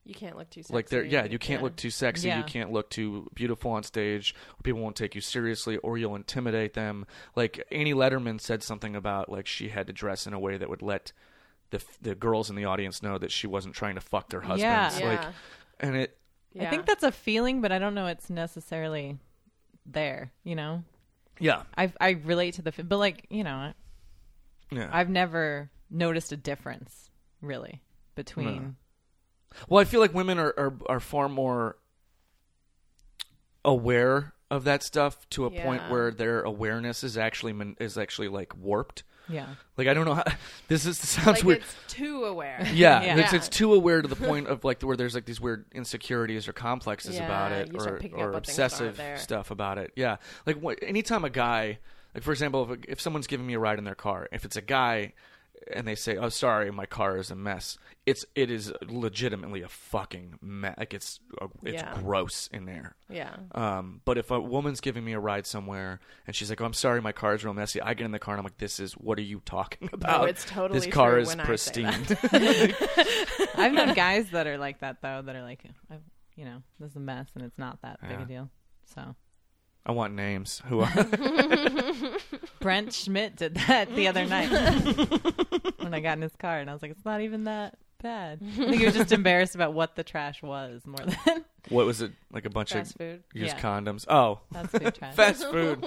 You can't look too sexy.
like there yeah you can't
Yeah.
look too sexy you
Yeah.
can't look too beautiful on stage or people won't take you seriously or you'll intimidate them like annie letterman said something about like she had to dress in a way that would let the the girls in the audience know that she wasn't trying to fuck their husbands
Yeah.
like
Yeah.
and it
I think that's a feeling, but I don't know it's necessarily there. You know,
yeah
I I relate to the, fe- but like you know,
yeah
I've never noticed a difference really between.
Well, I feel like women are are, are far more aware of that stuff to a point
Yeah.
where their awareness is actually min- is actually like warped.
Yeah,
Like I don't know how (laughs) this is this sounds
like
weird.
it's too aware. (laughs)
Yeah,
Yeah.
It's,
Yeah.
it's too aware to the point of like where there's like these weird insecurities or complexes
Yeah,
about it,
you start
or,
picking up
or
on things that aren't
obsessive
there.
stuff about it. Yeah, like what, anytime a guy, like for example, if, if someone's giving me a ride in their car, if it's a guy and they say, "Oh, sorry, my car is a mess," it's it is legitimately a fucking mess. Like it's uh, it's
Yeah.
gross in there.
yeah.
Um, but if a woman's giving me a ride somewhere and she's like, "Oh, I'm sorry, my car's real messy," I get in the car and I'm like, "This is what are you talking about?
Oh, it's totally
this car
true
is
when I say
pristine."
that.
I've known guys that are like that though. That are like, I, you know, this is a mess and it's not that big
Yeah.
a deal. So
I want names. Who are?
Brent Schmidt did that the other
(laughs)
night when I got in his car, and I was like, it's not even that bad. I think he was just embarrassed about what the trash was more than
what was it? Like a bunch
Fast
of
food.
used
Yeah.
condoms. Oh,
that's
(laughs)
food trash.
(laughs)
fast food.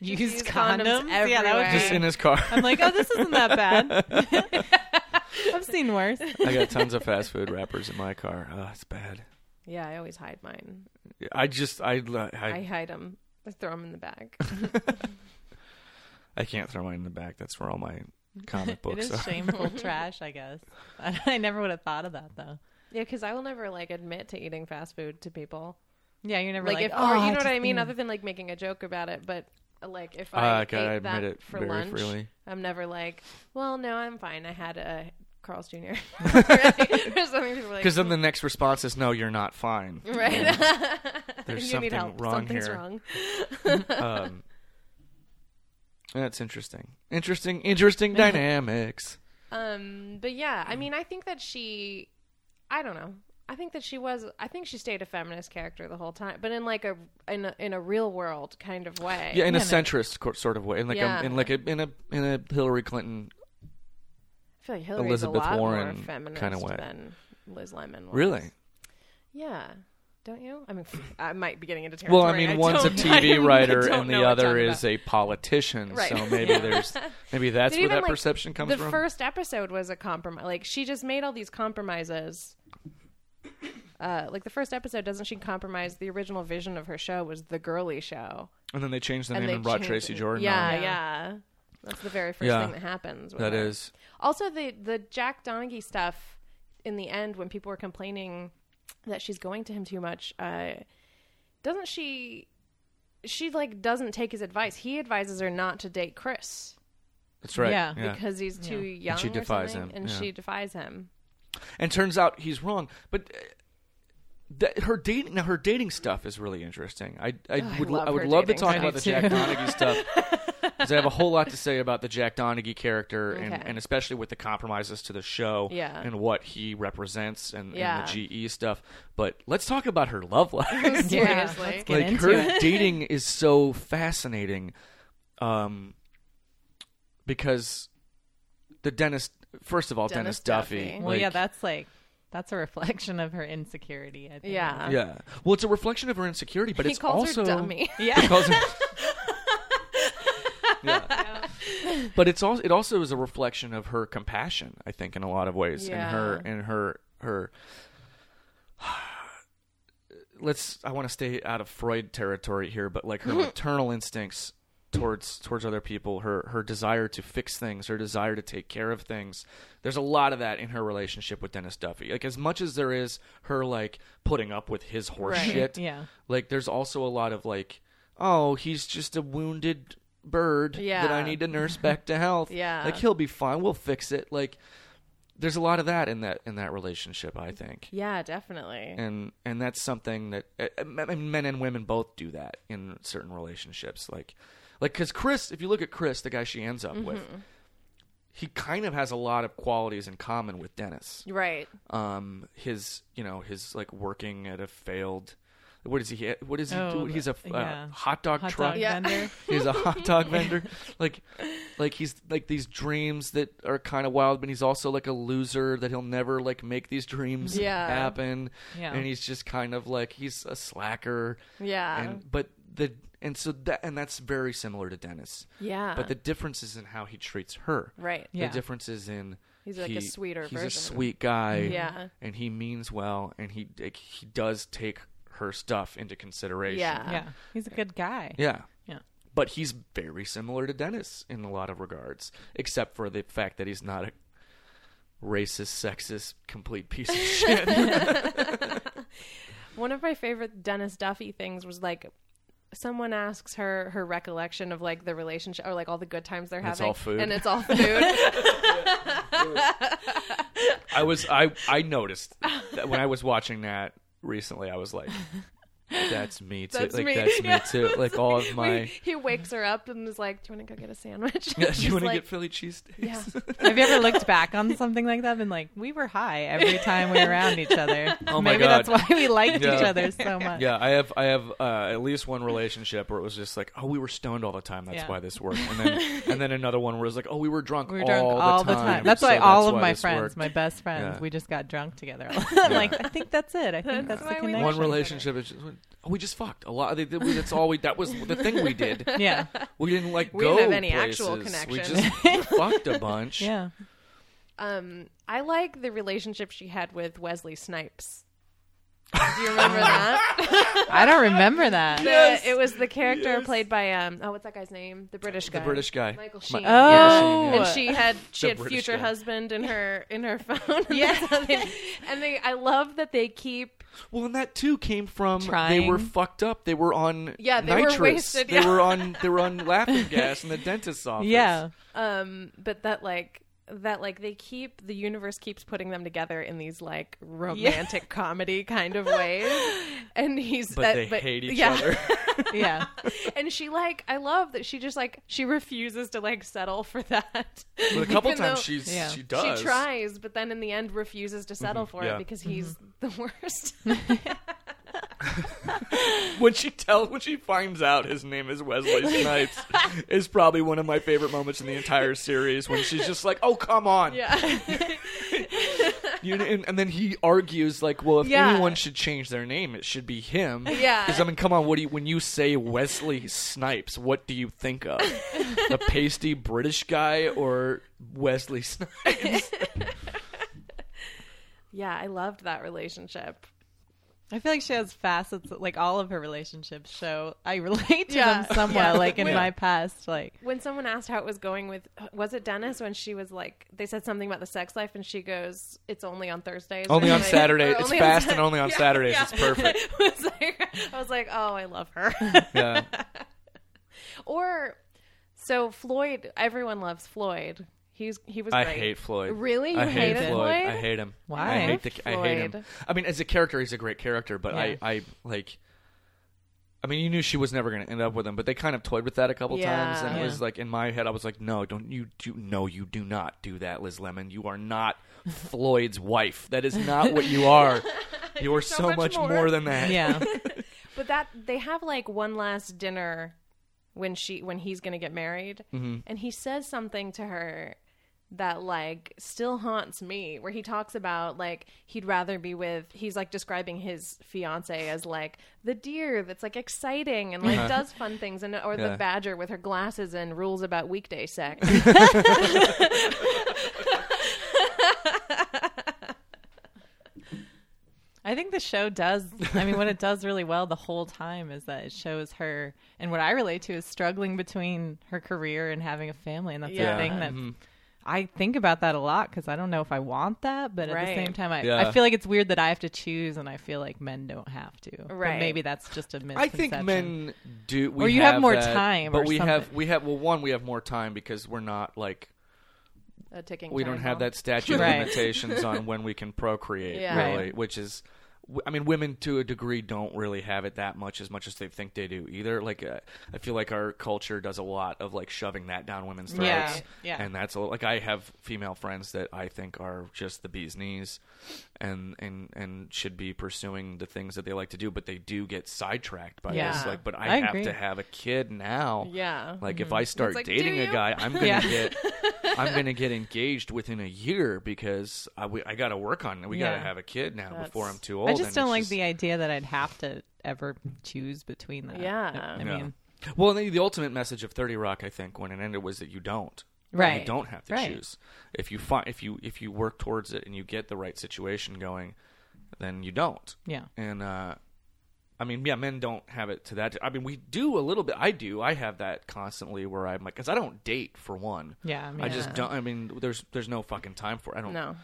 used,
Used condoms
condoms. Yeah, that would
everywhere.
Just
be.
in his
(laughs)
car.
I'm like, oh, this isn't that bad. I've seen worse.
I got tons of fast food wrappers in my car. Oh, it's bad.
Yeah, I always hide mine.
I just I I,
I
I
hide them. I throw them in the bag.
can't throw mine in the back. That's where all
(laughs)
my comic
It
books
is
are.
shameful trash, I guess. I, I never would have thought of that though.
(laughs) yeah, because I will never like admit to eating fast food to people.
Yeah, you're never
Like, mm."
like,
if,
oh,
or you know what
just-
I mean. Other than like making a joke about it, but uh, like if
Ah,
I
okay, I
ate
admit
that
it
for
very
lunch,
freely.
I'm never like, well, no, I'm fine. I had a Carl's Jr. (laughs)
(laughs)
There's something people are like
Because then the next response is, "No, you're not
(laughs)
fine."
right.
There's
you
something
need help.
wrong
Something's
here.
wrong. (laughs)
Um, that's interesting. Interesting.
(laughs)
Interesting dynamics.
Um, but yeah,
Hmm.
I mean, I think that she, I don't know. I think that she was. I think she stayed a feminist character the whole time, but in like a in a, in a real world kind of way.
Yeah, in a
Yeah, no.
centrist co- sort of way, in like
Yeah.
a, in like a in a in a Hillary Clinton
feel like Hillary's
Elizabeth
a lot
Warren
more feminist
kinda way.
than Liz Lemon. Was.
Really?
Yeah. Don't you? I mean, (laughs) I might be getting into territory.
Well, I mean, one's a
(laughs) don't- I
TV
don't
writer
know
and
what
the
I'm
other
talking
is
about.
a politician,
Right.
so maybe there's maybe that's
But
where
even,
that
like,
perception comes
the
from.
first episode was a compromise. Like she just made all these compromises. Uh, like the first episode, doesn't she compromise? The original vision of her show was the girly show,
and then they changed the
and
name
they
and brought
changed
Tracy
it.
Jordan.
Yeah,
on.
yeah, That's the very first
Yeah.
thing that happens. with
that
her.
is.
Also, the the Jack Donaghy stuff in the end, when people were complaining that she's going to him too much, uh, doesn't she? She like doesn't take his advice. He advises her not to date Chris
That's right.
Yeah.
because he's too young.
she
or
defies
something,
him,
and
yeah.
she
(laughs)
defies him.
and turns out he's wrong. But uh, that her dating now her dating stuff is really interesting. I I
Oh, I
would
love
I would
her
love to
dating.
talk
I
about
do
the
(laughs)
Jack
too.
Donaghy stuff because I have a whole lot to say about the Jack Donaghy character and,
Okay.
and especially with the compromises to the show
Yeah.
and what he represents and, and
Yeah.
the GE stuff. But let's talk about her love
(laughs)
life.
Seriously.
let's get
like
into
her
(laughs)
it.
dating is so fascinating um because the dentist first of all Dennis,
Dennis
Duffy,
Duffy.
Well, yeah,
like-
that's like that's a reflection of her insecurity. I think.
Yeah.
Yeah. Well, it's a reflection of her insecurity, but
he
it's
calls
also
her
(laughs)
dummy.
He
yeah.
calls her- Yeah. But it's also it also is a reflection of her compassion, I think, in a lot of ways, and her
Yeah.
and her her. (sighs) Let's. I want to stay out of Freud territory here, but like her maternal instincts towards towards other people, her her desire to fix things, her desire to take care of things. There's a lot of that in her relationship with Dennis Duffy. Like as much as there is her like putting up with his horse
Right.
shit,
Yeah.
like there's also a lot of like, oh, he's just a wounded bird that I
Yeah.
need to nurse back to health.
(laughs) Yeah.
Like he'll be fine. We'll fix it. Like there's a lot of that in that in that relationship, I think.
Yeah, definitely.
And and that's something that I- I mean, men and women both do that in certain relationships. Like like cuz Chris, if you look at Chris, the guy she ends up with,
Mm-hmm.
he kind of has a lot of qualities in common with Dennis
Right.
um his you know his like working at a failed what is he what is he do?
Oh,
he's a
yeah.
uh, hot dog
Hot
truck
dog
Yeah.
vendor.
(laughs) he's a hot
(laughs)
dog vendor like like he's like these dreams that are kind of wild but he's also like a loser that he'll never like make these dreams
Yeah.
happen
Yeah.
and he's just kind of like he's a slacker
Yeah.
and but the and so that and that's very similar to Dennis
yeah.
but the difference is in how he treats her
right.
Yeah.
the difference is in
He's like a sweeter
He's a
version.
sweet guy.
Yeah.
and he means well, and he like, he does take her stuff into consideration.
Yeah.
Yeah. He's a good guy.
yeah.
Yeah.
But he's very similar to Dennis in a lot of regards, except for the fact that he's not a racist, sexist, complete
(laughs)
piece of shit.
One of my favorite Dennis Duffy things was like someone asks her her recollection of like the relationship or like all the good times they're
And it's
having
all food.
and
(laughs)
it's all food.
I was I I noticed that when I was watching that recently, I was like. That's me too.
That's
like
me.
that's me
(laughs) Yeah.
too. Like all of
We-
my.
he wakes her up and is like, "Do you want to go get a sandwich?"
Yeah, (laughs)
She's
you want to
like,
get Philly cheesesteaks?
Yeah.
Have you ever looked back on something like that? and like, we were high every time we were around each other.
Oh my
Maybe
God.
that's why we liked
Yeah.
each other so (laughs) much.
Yeah, I have I have uh, at least one relationship where it was just like, oh, we were stoned all the time. That's
Yeah.
why this worked. And
(laughs)
then and then another one where it was like, oh, we were drunk,
We were drunk all, the, time. That's
so
why all of
why
my
this
friends,
worked.
my best friends,
Yeah.
we just got
(laughs)
drunk together. I'm like, I think that's it. I think that's,
That's why
the
we
connection.
like
one relationship is just, oh, we just fucked a lot. They- they- we- That's all we. That was the thing we did.
Yeah,
We didn't
(laughs)
like
We
go
didn't have any actual
places.
connection.
We just fucked a bunch.
(laughs) yeah.
um, I like the relationship she had with Wesley Snipes. Do you remember that?
I don't remember that.
The- it was the character played by um, oh, what's that guy's name? The British guy.
The British guy,
Michael Sheen.
Oh.
and she had
The
she had
British
future
guy.
husband in her in her (laughs) phone.
Yeah.
and they, and they- I love that they keep
Well, and that too came from they were
Trying.
fucked up. They were on
Yeah, they were
nitrous.
wasted,
They
yeah.
were on they were on
(laughs)
laughing gas in the dentist's office.
Yeah,
um, but that like that like they keep the universe keeps putting them together in these like romantic comedy kind of ways. And he's
but
that,
they hate each
yeah. (laughs)
other.
yeah.
and she like I love that she just like she refuses to like settle for that.
But a
(laughs)
couple
Even
times
though
she's
Yeah.
she does. Mm-hmm.
She tries, but then in the end refuses to settle for
yeah.
it because he's the worst.
(laughs) when she tell when she finds out his name is Wesley
(laughs)
Snipes is probably one of my favorite moments in the entire series when she's just like, "Oh, come on." (laughs)
(laughs) Yeah.
You, and, and then he argues like, "Well, if
Yeah.
anyone should change their name, it should be him."
Yeah.
Because I mean, come on, what do you, when you say Wesley Snipes, what do you think of?
(laughs)
the pasty British guy or Wesley Snipes?
yeah, I loved that relationship.
I feel like she has facets. Like all of her relationships show I relate to
Yeah.
them somewhat.
Yeah.
Like in
Yeah.
my past, like
When someone asked how it was going with, was it Dennis when she was like, they said something about the sex life and she goes, it's only on Thursdays. (laughs) or
only on
something.
Saturday.
Or
It's
only on
fast
Sat-
and only on
(laughs) Yeah,
Saturdays.
yeah.
It's perfect.
It was like- (laughs) I was like, oh, I love
(laughs)
her. (laughs)
Yeah.
or, so Floyd, everyone loves Floyd. He's he was.
I
great.
hate Floyd.
Really, you
I hate
hated
Floyd.
Floyd?
I hate him.
Why?
I hate the. I hate him.
Floyd.
I mean, as a character, he's a great character, but
Yeah.
I, I like. I mean, you knew she was never going to end up with him, but they kind of toyed with that a couple times, and
Yeah.
it was like in my head, I was like, "No, don't you do? No, you do not do that, Liz Lemon. You are not
(laughs)
Floyd's wife. That is not what you are. You are so, much, more. than that.
(laughs) yeah,
But that they have like one last dinner when she when he's gonna get married,
Mm-hmm.
and he says something to her that like still haunts me where he talks about like he'd rather be with he's like describing his fiance as like the deer that's like exciting and like does fun things and or
Yeah.
the badger with her glasses and rules about weekday sex
(laughs)
I think the show does. I mean, what it does really well the whole time is that it shows her, and what I relate to is struggling between her career and having a family, and that's
Yeah.
the thing that
Mm-hmm.
I think about that a lot because I don't know if I want that, but at
Right.
the same time, I,
Yeah.
I feel like it's weird that I have to choose, and I feel like men don't have to. But
Right.
maybe that's just a
I
misconception.
think men do. We
Or you have more
that,
time
but
or
we have
something.
we have well, one, we have more time because we're not like
a ticking
we don't
time
have
bomb.
that statute of
(laughs) Right.
limitations on when we can procreate
Yeah.
really
Right.
which is w- i mean women to a degree don't really have it that much as much as they think they do either like uh, i feel like our culture does a lot of like shoving that down women's throats
Yeah. Yeah.
and that's a, like i have female friends that i think are just the bees knees and and and should be pursuing the things that they like to do but they do get sidetracked by this
Yeah.
like but i,
I
have
agree.
to have a kid now
yeah
like
Mm-hmm.
if I start
like, do
dating a
you?
guy,
(laughs)
I'm gonna
Yeah.
get I'm gonna get engaged within a year because I, we, I gotta work on it. We gotta
Yeah.
have a kid now before I'm too old.
I
and
just don't
it's
like the idea that I'd have to ever choose between that.
Yeah.
I
Yeah.
mean,
Well, the, the ultimate message of Thirty Rock, I think, when it ended, was that you don't. You
Right.
don't have to
Right.
choose. If you find if you if you work towards it and you get the right situation going, then you don't.
yeah.
And uh, I mean, yeah, men don't have it to that. I mean, we do a little bit. I do. I have that constantly where I'm like, because I don't date for one.
Yeah, I mean-
I just don't. I mean, there's there's no fucking time for. it. I don't.
no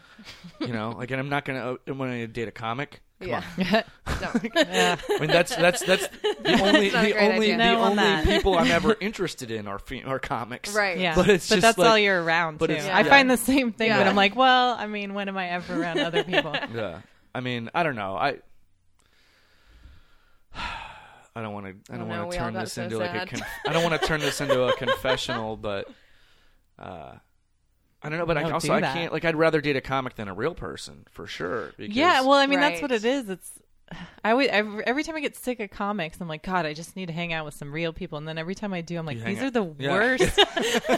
You know, like, and I'm not gonna. I'm gonna date a comic. Come
yeah (laughs)
(laughs) on. I mean, that's that's that's the only
not a
the
great
only
idea.
the
No on
only
that.
people I'm
(laughs)
ever interested in are fe- are comics.
right
Yeah,
But it's just
that's
like-
all you're around
but
too.
it's-
I
yeah.
find the same thing, but
Yeah.
I'm like, well, I mean, when am I ever around other people?
(laughs) Yeah. I mean, I don't know. I. (sighs) I don't want to. I don't
Oh, no,
want
we
to
all
turn
got
this
so
into like a.
sad.
Conf- I don't want to turn this into
(laughs)
a confessional, but. Uh, I don't know, but I
Don't
also
do
I
that.
can't like I'd rather date a comic than a real person for sure. Because,
yeah, well, I mean, that's what
Right.
it is. It's I always every, every time I get sick of comics, I'm like, God, I just need to hang out with some real people. And then every time I do, I'm like,
hang
these
out-
are the
Yeah. (laughs)
worst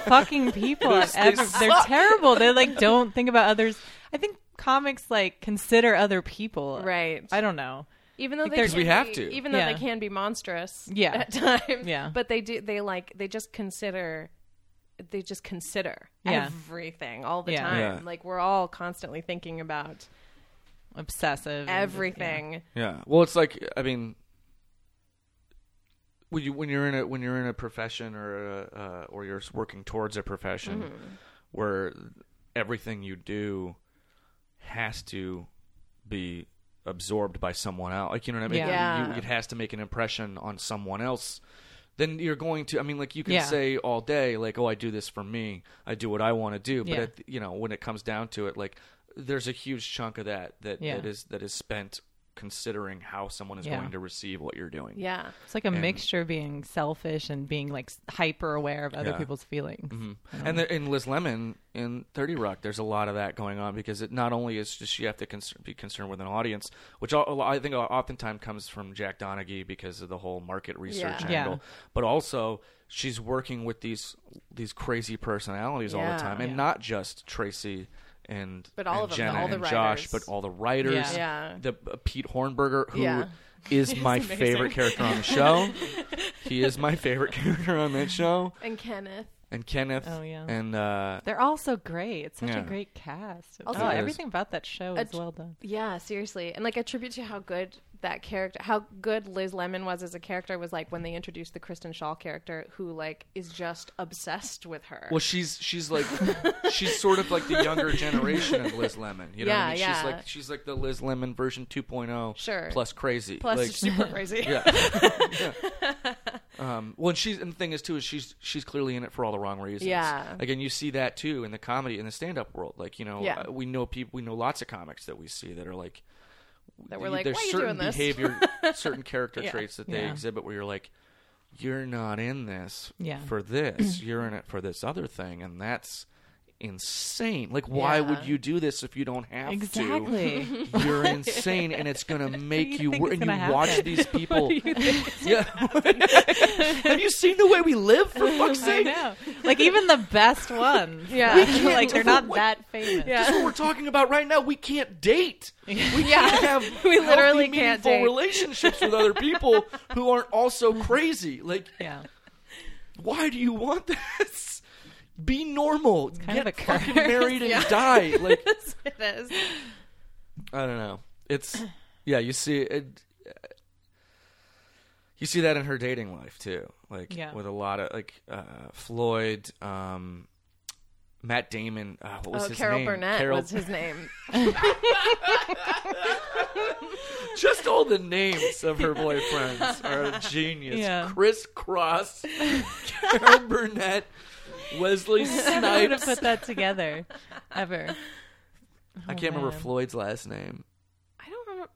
fucking people I've
They
ever.
suck.
They're terrible. They like don't think about others. I think comics like consider other people.
right
I don't know.
even though they
there's-
can
we have
be-
to.
even though
Yeah.
they can be monstrous
Yeah.
(laughs) at times
Yeah.
but they do they like they just consider they just consider
Yeah.
everything all the
Yeah.
time
Yeah.
like we're all constantly thinking about
Obsessive. and just-
everything
Yeah. Well, it's like I mean, when you when you're in a when you're in a profession or a, uh, or you're working towards a profession
Mm-hmm.
where everything you do has to be absorbed by someone else. Like you know what I mean?
Yeah.
You- it has to make an impression on someone else. Then you're going to. I mean, like you can
Yeah.
say all day, like, "Oh, I do this for me. I do what I want to do." But
Yeah.
at, you know, when it comes down to it, like, there's a huge chunk of that that
Yeah.
that is that is spent considering how someone is
Yeah.
going to receive what you're doing.
Yeah.
It's like a
And-
mixture of being selfish and being like s- hyper aware of other
Yeah.
people's feelings.
Mm-hmm. And there, in Liz Lemon in Thirty Rock, there's a lot of that going on because it not only is just she have to concern, be concerned with an audience, which al- I think oftentimes comes from Jack Donaghy because of the whole market research
Yeah.
Yeah.
angle, but also she's working with these these crazy personalities all
Yeah.
the time, and
Yeah.
not just Tracy. And,
But
and
all of 'em,
Jenna
all the
and Josh,
writers.
but all the writers,
Yeah.
Yeah.
the uh, Pete Hornberger, who is
Yeah. (laughs)
my favorite character on the show. he is my favorite (laughs) character on that show
And Kenneth.
and Kenneth.
Oh, yeah.
And uh,
They're all so great. It's such
Yeah.
a great cast.
Also-
oh,
It is.
everything about that show
A
is
tr-
well done.
Yeah, seriously. And like a tribute to how good that character, how good Liz Lemon was as a character was like when they introduced the Kristen Shaw character who like is just obsessed with her.
well, she's she's
(laughs)
like she's sort of like the younger generation of Liz Lemon. You know, what I
Yeah,
mean?
yeah.
she's like she's like the Liz Lemon version 2.0,
Sure.
plus crazy,
Plus
Like,
super
(laughs)
crazy. (laughs)
yeah. Yeah. Um, well, and she's and the thing is too is she's she's clearly in it for all the wrong reasons.
Yeah.
Like, and you see that too in the comedy in the stand up world. Like, you know,
Yeah.
uh, we know people, we know lots of comics that we see that are like
That we're
you-
like,
there's
why are you
certain
doing this? (laughs)
behavior, certain character
Yeah.
traits that they
Yeah.
exhibit where you're like, you're not in this
Yeah.
for this, (clears throat) you're in it for this other thing, and that's insane. Like, why would
Yeah.
you do this if you don't have to?
(laughs)
Exactly. (laughs)
You're insane, and it's gonna make
you
you.
think
wor-
is
and you
gonna
watch
happen? (laughs)
these people. yeah. (laughs) Have you seen the way we live? For fuck's
I
sake!
know. Like even the best ones.
(laughs) Yeah.
like,
We
can't
they're
do
not
what-
that famous.
That's what we're talking about right now. We can't date. We can't have
We
healthy,
literally can't
meaningful
date.
relationships with other people who aren't also crazy. Like,
Yeah.
why do you want this? Be normal. Get
kind of a
fucking
curse.
married and die. Like,
(laughs) it is.
I don't know. It's (clears throat) yeah. You see it. You see that in her dating life too, like
Yeah.
with a lot of like uh, Floyd, um, Matt Damon. Uh, what was
Oh,
his
Carol
name?
Burnett
Carol
was his name.
(laughs) Just all the names of
(laughs)
her boyfriends are a genius.
Yeah.
Chris
(laughs)
Cross, Carol Burnett, Wesley
(laughs)
I would
Snipes.
have put that together ever.
I can't remember
Oh, man.
Floyd's last name.
(laughs) I don't remember.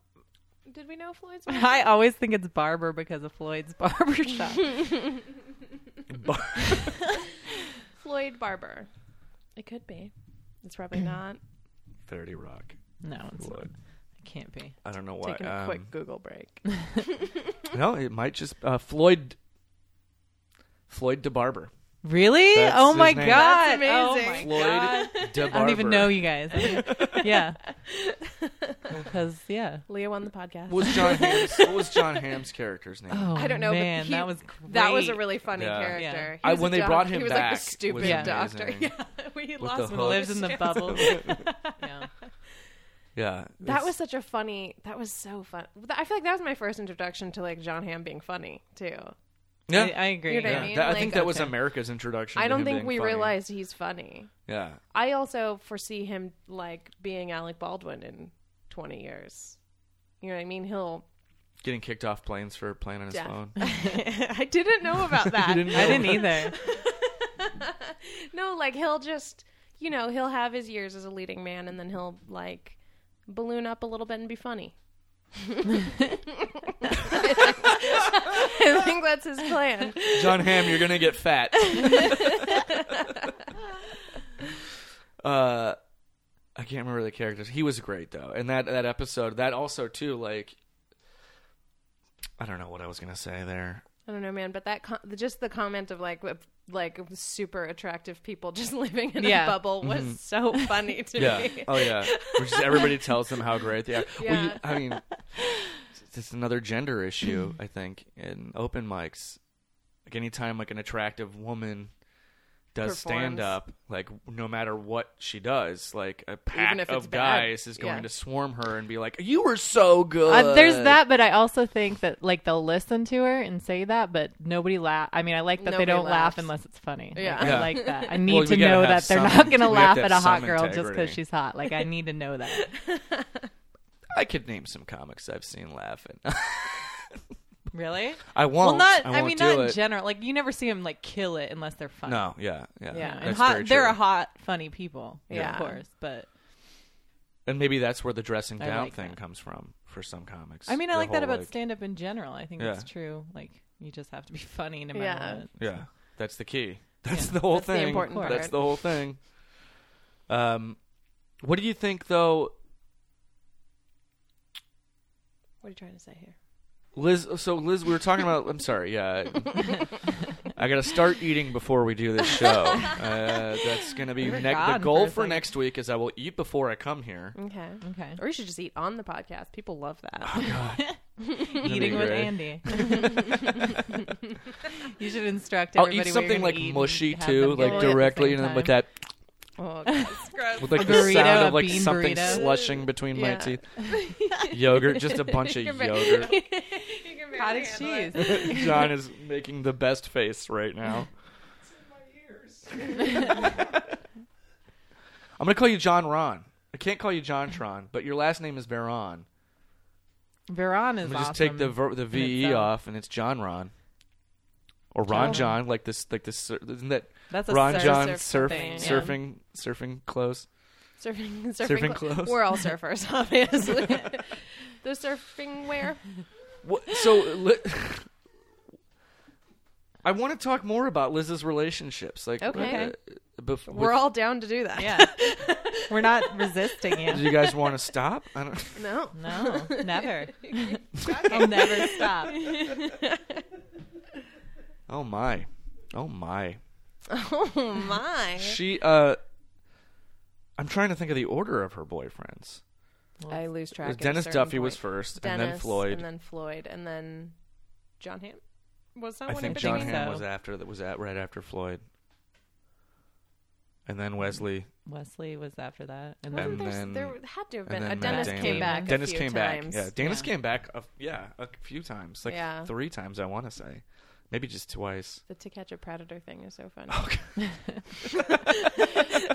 Did we know Floyd's name?
I always think it's Barber because of Floyd's (laughs)
(laughs)
barbershop.
Bar-
Floyd Barber. It could be. It's probably
Mm.
not.
Thirty Rock.
No, it's not.
Floyd.
It can't be.
I don't know why.
Taking a
um,
quick
(laughs)
Google break.
No, it might just uh, Floyd. Floyd DeBarber.
Really?
That's
oh
his
my
name.
god!
That's amazing.
Oh my
Floyd
god!
DeBarber.
I don't even know you guys.
(laughs)
yeah. Because yeah.
Leah won the podcast.
What was John Hamm's, what was John Hamm's character's name?
Oh,
I don't know, but
Man,
he-
that was great.
That was a really funny
Yeah.
character.
Yeah.
He was
I- when
a
they brought him
he was
back,
like
was
the stupid
amazing.
doctor. (laughs) Yeah, we
the
lost him.
hook.
lives in
(laughs)
the
(laughs)
bubble. yeah.
Yeah,
That
it's-
was such a funny. That was so fun. Th- I feel like that was my first introduction to like John Hamm being funny too.
yeah.
I, I agree.
You know what
yeah.
I mean?
That- I
Like,
think that was
okay.
America's introduction.
I
to
don't
him
think
being
we
funny.
realized he's funny.
Yeah,
I also foresee him like being Alec Baldwin in twenty years. You know what I mean? He'll. (laughs)
getting kicked off planes for playing on his
Yeah.
phone.
I didn't know about that.
didn't
I
(laughs)
didn't either.
(laughs) No, like he'll just, you know, he'll have his years as a leading man, and then he'll like balloon up a little bit and be funny. (laughs) I think that's his plan.
John Hamm, you're gonna get
(laughs)
fat. uh, I can't remember the characters. He was great though, and that that episode, that also too, like, I don't know what I was gonna say there.
I don't know, man, but that com- the- just the comment of like with, like super attractive people just (laughs) living in
Yeah.
a bubble was so
(laughs)
funny
(laughs)
to
Yeah.
me.
Oh yeah. Which is everybody tells them how great they are. Well, you,
Yeah.
I mean, it's- it's another gender issue, I think, in open mics. Like anytime like an attractive woman does stand
Performs.
up, like no matter what she does, like a pack
if it's
of
bad.
guys is going
Yeah.
to swarm her and be like, "You were so good."
Uh, there's that, but I also think that like they'll listen to her and say that, but nobody laugh. I mean, I like that
Nobody
they don't laugh
laughs.
unless it's funny. Like,
Yeah.
Yeah.
I like that.
(laughs)
I need
Well, we
to
gotta
know
have
that they're
some-
not gonna
we have
laugh
to
at
have
a hot
some
girl just because
integrity.
she's hot. Like I need to know that.
I could name some comics I've seen laughing.
(laughs)
(laughs)
Really?
I won't.
well, not.
I,
I,
won't
mean,
do
not in
it.
general. Like you never see them like kill it unless they're funny.
No, yeah, yeah,
Yeah,
That's
and
very
hot. There
true.
are hot, funny people. Yeah,
Yeah.
of course. But
and maybe that's where the dressing
I
down
like
thing
that.
comes from for some comics.
I mean, I
The
like that
whole,
about stand up in general. I think
Yeah.
that's true. Like, you just have to be (laughs) funny no matter
Yeah.
what.
Yeah, that's the key. That's the whole
That's the
thing.
important part.
That's the whole thing. Um, what do you think though,
What are you trying to say here?
Liz? So Liz, we were talking about. I'm sorry. Yeah, I gotta start eating before we do this
(laughs)
show. Uh, that's gonna be
were
ne- the
gone
goal
for a
for
second.
next week is I will eat before I come
(laughs)
here.
Okay.
(laughs)
(laughs)
Okay.
Or you should just eat on the podcast. People love that.
That'd be
Eating with
great. (laughs)
Andy. (laughs) you should instruct
I'll
everybody.
eat
what
something
you're
like
gonna eat
mushy
and have them
too,
do it
like
at the
directly,
same
and then with
time.
that,
oh, (laughs) God, it's gross.
with like
A
the
burrito,
sound
a
of like
bean
something
burrito.
slushing between my
Yeah.
teeth.
(laughs)
Yogurt, just a bunch of
You can barely-
yogurt.
you can barely
cottage
handle it.
cheese.
John is making the best face right now. I'm gonna call you John Ron. I can't call you John Tron, but your last name is Veron.
Veron
I'm
is awesome. uh,
gonna just take the ver- the VE
itself.
off, and it's John Ron, or Ron
Oh.
John, like this, like this. sur- Isn't that
That's a
Ron
surf-
John
surf
surf
thing, yeah.
surfing surfing clothes?
Surfing, (laughs)
Surfing
surfing,
clothes.
clothes. We're all surfers,
(laughs)
(laughs) obviously. the surfing wear.
What, so li- (laughs) I want to talk more about Liz's relationships. Like,
Okay.
uh, bef- (laughs)
We're all down to do that.
(laughs) Yeah. We're not resisting
do (laughs)
it.
you guys want to stop? I don't.
No. (laughs)
No, never. I'll never stop.
Oh my, oh my.
Oh my.
She. uh I'm trying to think of the order of her boyfriends.
I lose
It
track.
was
at a
Dennis
certain
Duffy
point.
was first, and
Dennis,
then Floyd.
and then Floyd, and then John Hamm. Was that
I
one
think
in
John
between?
Hamm
so.
was after that was at right after Floyd, and then Wesley.
Wesley was after that, and
And
Wasn't there, s-
then-
there had to have
and
been a
then Matt
uh, Dennis
Damon.
came back.
Dennis
a few
came
times.
back. Yeah, Dennis
Yeah.
came back. A, yeah, a few times, like
Yeah.
three times. I want to say, maybe just twice.
The To Catch a Predator thing is so funny.
Okay.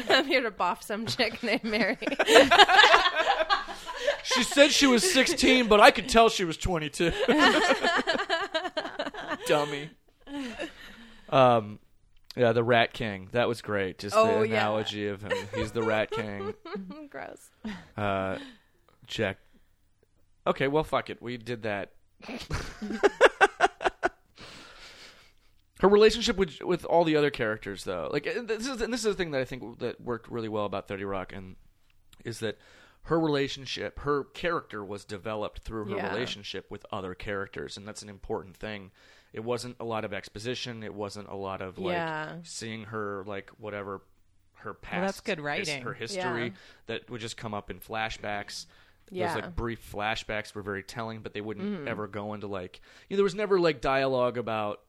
(laughs) I'm here to boff some chick named Mary.
she said she was 16, but I could tell she was 22. (laughs) Dummy. Um, yeah, the Rat King. That was great. Just
Oh,
the
yeah.
analogy of him. He's the Rat King.
(laughs) Gross.
Uh, Jack. Okay, well, fuck it. We did that. Her relationship with with all the other characters, though, like and this is and this is the thing that I think that worked really well about Thirty Rock, and is that her relationship, her character was developed through her
Yeah.
relationship with other characters, and that's an important thing. It wasn't a lot of exposition. It wasn't a lot of like
Yeah.
seeing her like whatever her past.
that's good
his-
writing.
her history
Yeah.
that would just come up in flashbacks.
Yeah. Mm-hmm.
Those like brief flashbacks were very telling, but they wouldn't ever go into like you know, there was never like dialogue about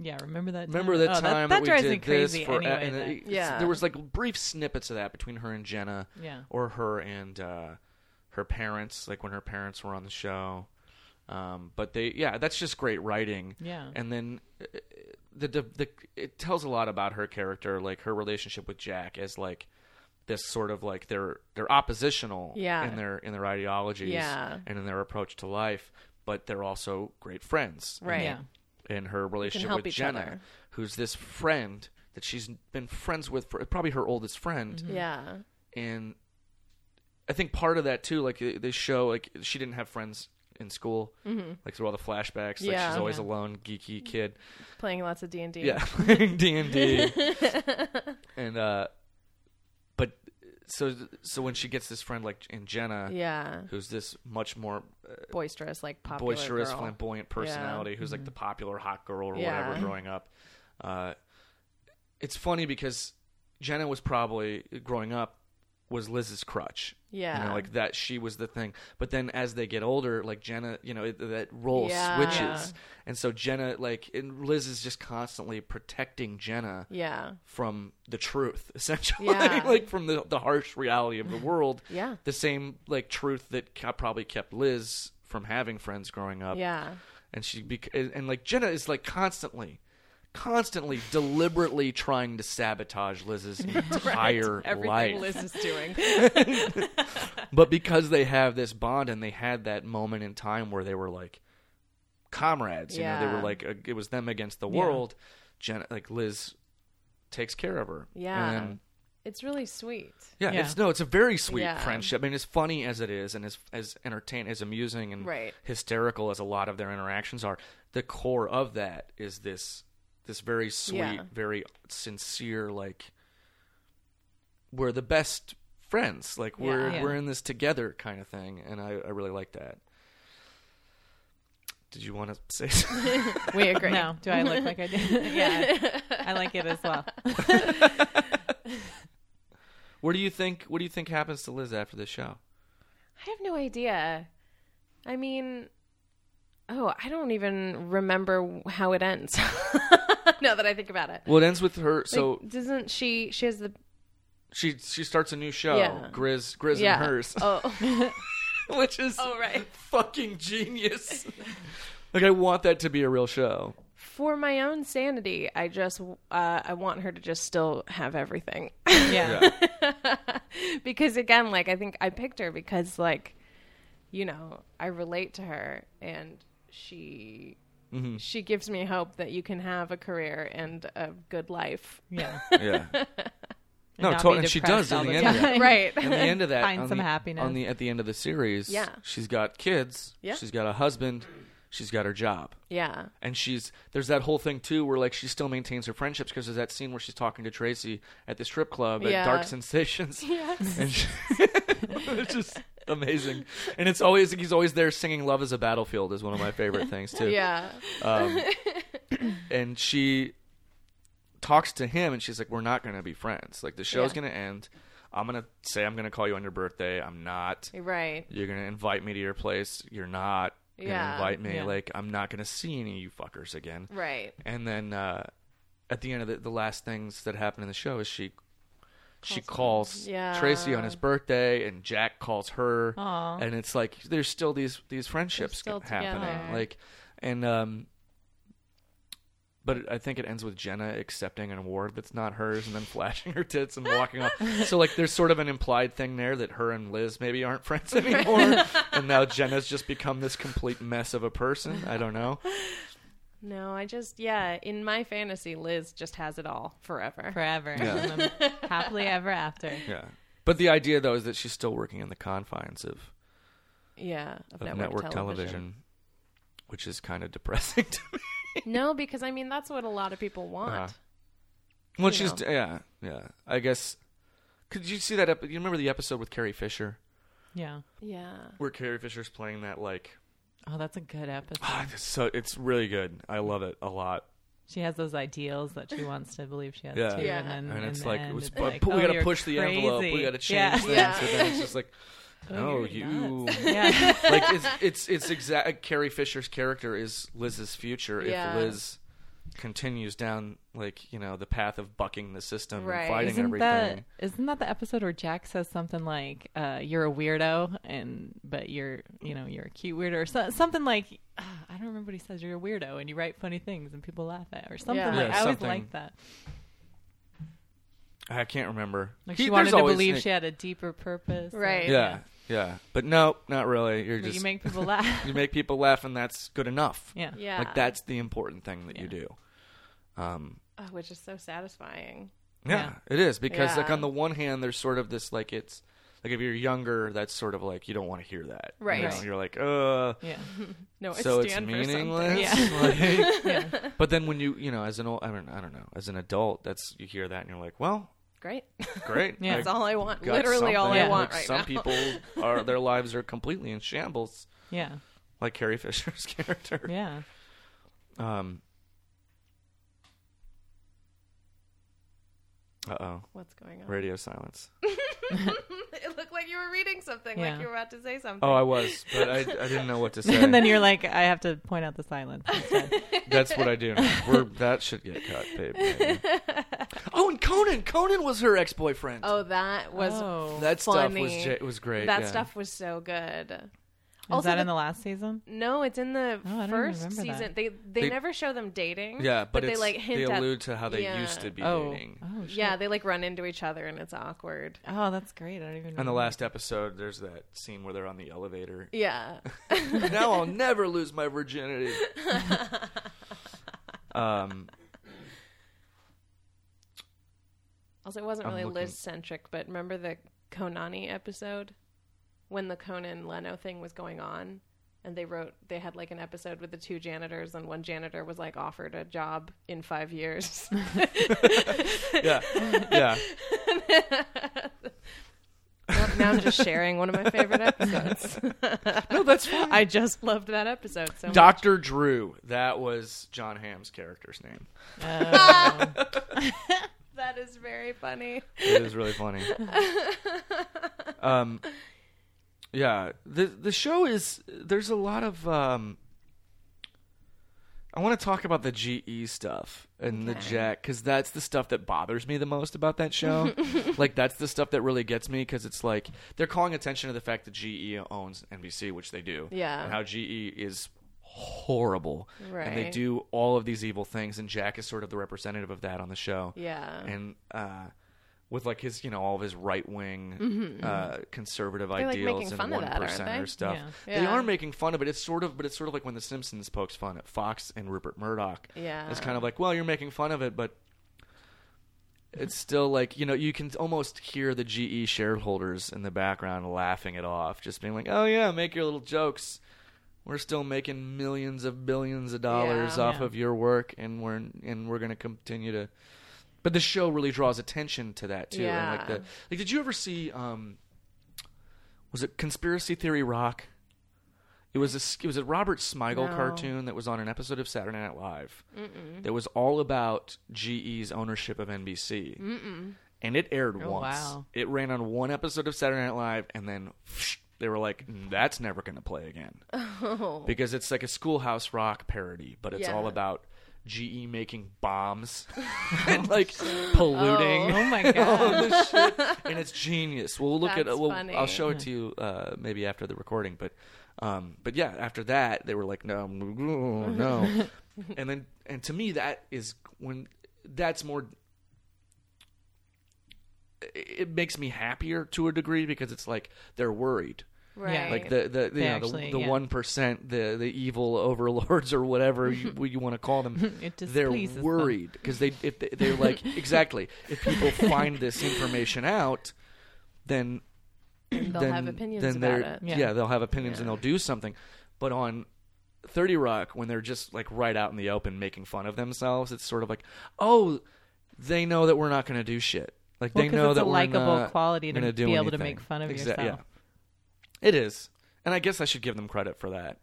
yeah, remember that.
remember
time?
that
Oh,
time
that, that
we
drives
did
me crazy
this for E-
anyway.
and
that-
it- it's-
Yeah.
there was like brief snippets of that between her and Jenna
Yeah.
or her and uh, her parents like when her parents were on the show um, but they yeah that's just great writing
Yeah.
and then uh, the, the the it tells a lot about her character like her relationship with Jack as like this sort of like they're they're oppositional
Yeah.
in their in their ideologies
Yeah.
and in their approach to life but they're also great friends
Right.
Yeah.
in her relationship
help
with
each
Jenna,
other.
who's this friend that she's been friends with for probably her oldest friend,
Yeah.
and I think part of that too, like uh, they they show, like she didn't have friends in school, like through all the flashbacks, like she's
Mm-hmm. Yeah. Mm-hmm.
always
Yeah.
a lone geeky kid,
Playing lots of D and D.
yeah, (laughs) D and D,
(laughs)
and uh, but so so when she gets this friend like in Jenna,
Yeah.
who's this much more
Boisterous, like popular
boisterous,
girl. Mm-hmm.
flamboyant personality who's like the popular hot girl or
Yeah.
whatever growing up. Uh, it's funny because Jenna was probably growing up was Liz's crutch. you
Yeah.
know, like that. She was the thing. But then as they get older, like Jenna, you know, it, that role
Yeah.
switches, and so Jenna, like, and Liz is just constantly protecting Jenna
Yeah.
from the truth, (laughs) essentially,
Yeah.
like from the the harsh reality
(laughs)
of the world.
Yeah.
the same like truth that ca- probably kept Liz from having friends growing up.
Yeah.
and she bec- and, and like Jenna is like constantly. Constantly, deliberately trying to sabotage Liz's
(laughs)
entire life,
is doing.
(laughs) but because they have this bond and they had that moment in time where they were like comrades, you know, they were
Yeah.
like uh, it was them against the world. Jenna, like Liz, takes care of her.
Yeah.
And
(laughs) It's really sweet.
Yeah,
Yeah.
it's no, it's a very sweet
Yeah.
friendship. I mean, as funny as it is, and as as entertain as amusing and
Right.
hysterical as a lot of their interactions are, the core of that is this this very sweet,
Yeah.
very sincere like we're the best friends, like we're
Yeah.
we're in this together kind of thing, and I, I really like that. Did you want to (laughs) say? something?
(laughs) We agree.
No, do I look like I did? (laughs) yeah, I like it as well.
Where do you think? What do you think happens to Liz after this show?
I have no idea. I mean, oh, I don't even remember how it ends. (laughs) now that I think about it.
Well, it ends with her. So
Like, doesn't she? She has the
she she starts a new show,
Yeah.
Grizz Grizz
yeah.
and hers,
Oh,
(laughs) which is
oh, right.
fucking genius. like I want that to be a real show.
For my own sanity, I just uh, I want her to just still have everything.
(laughs)
(laughs)
Yeah.
because again, like I think I picked her because like, you know, I relate to her and she
Mm-hmm.
she gives me hope that you can have a career and a good life.
Yeah. (laughs)
Yeah. no,
not
to-
be
and she does
depressed
in
all
the,
the
end. Of that.
time.
(laughs) right. (laughs)
In the end of that,
(laughs) Find
on
some
the,
happiness.
on the at the end of the series.
Yeah.
she's got kids.
Yeah.
she's got a husband. She's got her job.
yeah.
and she's there's that whole thing too where like she still maintains her friendships because there's that scene where she's talking to Tracy at the strip club at
Yeah.
Dark
(laughs)
Sensations. and she, (laughs) it's just amazing. And it's always he's always there singing "Love Is a Battlefield" is one of my favorite things too.
Yeah.
Um, and she talks to him and she's like, "We're not gonna be friends. Like the show's
Yeah.
gonna end. I'm gonna say I'm gonna call you on your birthday. I'm not."
Right.
You're gonna invite me to your place. You're not gonna
Yeah.
invite me.
Yeah.
Like I'm not gonna see any of you fuckers again.
Right.
And then uh, at the end of the, the last things that happen in the show is she she calls
Yeah.
Tracy on his birthday, and Jack calls her,
Aw.
and it's like there's still these these friendships
still
happening,
together.
like, and um. But it- I think it ends with Jenna accepting an award that's not hers, and then (laughs) flashing her tits and walking off. So like, there's sort of an implied thing there that her and Liz maybe aren't friends (laughs) anymore,
(laughs)
and now Jenna's just become this complete mess of a person. I don't know.
No, I just yeah. In my fantasy, Liz just has it all forever.
Forever.
Yeah.
Happily ever after.
Yeah. But the idea though is that she's still working in the confines of,
Yeah. Of,
of network, television. which is kind of depressing (laughs) to me.
no, because I mean that's what a lot of people want.
Uh-huh. Well,
You
she's
know.
yeah, yeah. I guess could you see that ep- you remember the episode with Carrie Fisher
Yeah.
Yeah.
where Carrie Fisher's playing that like
Oh, that's a good episode.
ah, it's so it's really good. I love it a lot.
She has those ideals that she wants to believe she has
Yeah.
too,
Yeah.
and then
And
in
it's
the
like,
end,
it was,
it's
but
like,
we
oh,
got to
you're
push the envelope. We
crazy.
got to change
Yeah.
things.
Yeah.
And then it's just like,
(laughs) Oh,
no,
you're
you
(laughs)
(laughs)
Yeah.
like it's it's it's exact. Carrie Fisher's character is Liz's future
Yeah.
if Liz continues down like you know the path of bucking the system
Right.
and fighting
isn't
everything.
that isn't that the episode where Jack says something like uh, "You're a weirdo," and but you're you know you're a cute weirdo or so, something like uh, I don't remember what he says. You're a weirdo and you write funny things and people laugh at or something
Yeah.
like
Yeah,
I always
something.
liked that.
I can't remember.
Like
He-
she
there's
wanted to
always
believe
Nick-
she had a deeper purpose. or-
Right.
Yeah, yeah, but no, not really. You're
But
just
you
(laughs)
make people laugh.
you make people laugh, and that's good enough.
yeah.
Yeah.
like that's the important thing that you do. Um,
Oh, which is so satisfying.
Yeah,
Yeah.
it is because like
Yeah.
on the one hand, there's sort of this like it's like if you're younger, that's sort of like you don't want to hear that, you
Right.
know?
Right.
You're like, uh,
Yeah.
No, I
so it's
stand for
meaningless.
something.
Like-
(laughs) Yeah.
but then when you you know as an old I don't, I don't know as an adult, that's you hear that and you're like, well,
Great. (laughs)
great,
Yeah.
I
That's all I want.
got
Literally all
something.
I
Yeah.
want
Like,
right
some
now.
people are their lives are completely in shambles,
Yeah.
like Carrie (laughs) Fisher's character. (laughs)
Yeah.
Um. Uh oh,
(laughs) What's going on?
radio silence.
(laughs) It looked like you were reading something,
Yeah.
like you were about to say something.
Oh, I was, but I, I didn't know what
(laughs)
to say.
and then you're like, I have to point out the silence. instead.
That's what I do. Now. We're, that should get cut, babe.
(laughs)
maybe. oh, and Conan. Conan was her ex boyfriend.
Oh, that (laughs) was
oh.
that stuff was
funny.
j- was great.
that
yeah.
stuff was so good.
Is that
the-
in the last season?
no, it's in the
Oh, I don't
first
remember
season.
that.
They, they
They-
never show them dating.
Yeah, but,
they
it's-
like hint at
allude to how they
yeah.
used to be
Oh.
dating.
Oh, shit.
yeah, they like run into each other and it's awkward.
Oh, that's great. I don't even.
On
remember.
the
(laughs)
last episode, there's that scene where they're on the
(laughs)
elevator. (laughs)
Yeah,
now I'll never lose my virginity.
(laughs)
um.
Also, it wasn't
I'm
really
looking-
Liz centric, but remember the Konani episode when the Conan Leno thing was going on, and they wrote they had like an episode with the two janitors, and one janitor was like offered a job in five years. (laughs)
Yeah, yeah.
Well, now I'm just sharing one of my
(laughs)
favorite episodes.
No, that's fine.
I just loved that episode so much.
Doctor Drew. That was John Hamm's character's name.
That is very funny.
It was really
(laughs)
funny. um, yeah the the show is there's a lot of um. I want to talk about the GE stuff and the Jack because that's the stuff that bothers me the most about that
(laughs)
show. like that's the stuff that really gets me because it's like they're calling attention to the fact that GE owns NBC, which they do.
Yeah.
and how GE is horrible, and they
Right.
do all of these evil things, and Jack is sort of the representative of that on the show
Yeah.
and uh, with like his you know all of his right wing uh, conservative
Mm-hmm, like,
ideals
making
and
fun of
one
that, aren't they?
percenter stuff.
Yeah.
They
Yeah.
are making fun of it. It's sort of, but it's sort of like when The Simpsons pokes fun at Fox and Rupert Murdoch.
Yeah.
it's kind of like, well, you're making fun of it, but it's still like you know you can almost hear the GE shareholders in the background laughing it off, just being like, oh yeah, make your little jokes. We're still making millions of billions of dollars
Yeah.
off
Yeah.
of your work, and we're and we're going to continue to but the show really draws attention to that too. And like
Yeah.
the like did you ever see um was it Conspiracy Theory Rock? It was a s- it was a Robert Smigel
No.
cartoon that was on an episode of Saturday Night Live. That was all about GE's ownership of NBC. Mm-mm. And it aired
Oh,
once.
wow.
It ran on one episode of Saturday Night Live and then they were like "Mm, that's never going to play again because it's like a schoolhouse rock parody, but it's
Yeah.
all about GE making bombs (laughs) and like polluting.
Oh
(laughs)
my god.
all
(laughs)
this shit. And it's genius. We'll look at.
That's
We'll,
funny.
I'll show it to you uh, maybe after the recording, but um, but yeah, after that they were like, no,
(laughs)
no, and then and to me that is when that's more. It makes me happier to a degree because it's like they're worried
Right.
like the the the, you know,
actually-
the, the
yeah.
1% the the evil overlords or
(laughs)
whatever you, what you want to call them
It
they're
displeases them.
worried because they if they, they're
(laughs)
like exactly if people find this information out then
They'll
then
have opinions
then
about
they're-
it.
yeah.
Yeah.
they'll have opinions and they'll do something but on 30 rock when they're just like right out in the open making fun of themselves it's sort of like oh they know that we're not going to do shit like
Well,
they
'cause
know
it's
that
a
we're
likable
not
quality to
gonna do
be able to
anything.
make fun of
Exact-
yourself.
yeah. it is and i guess i should give them credit for that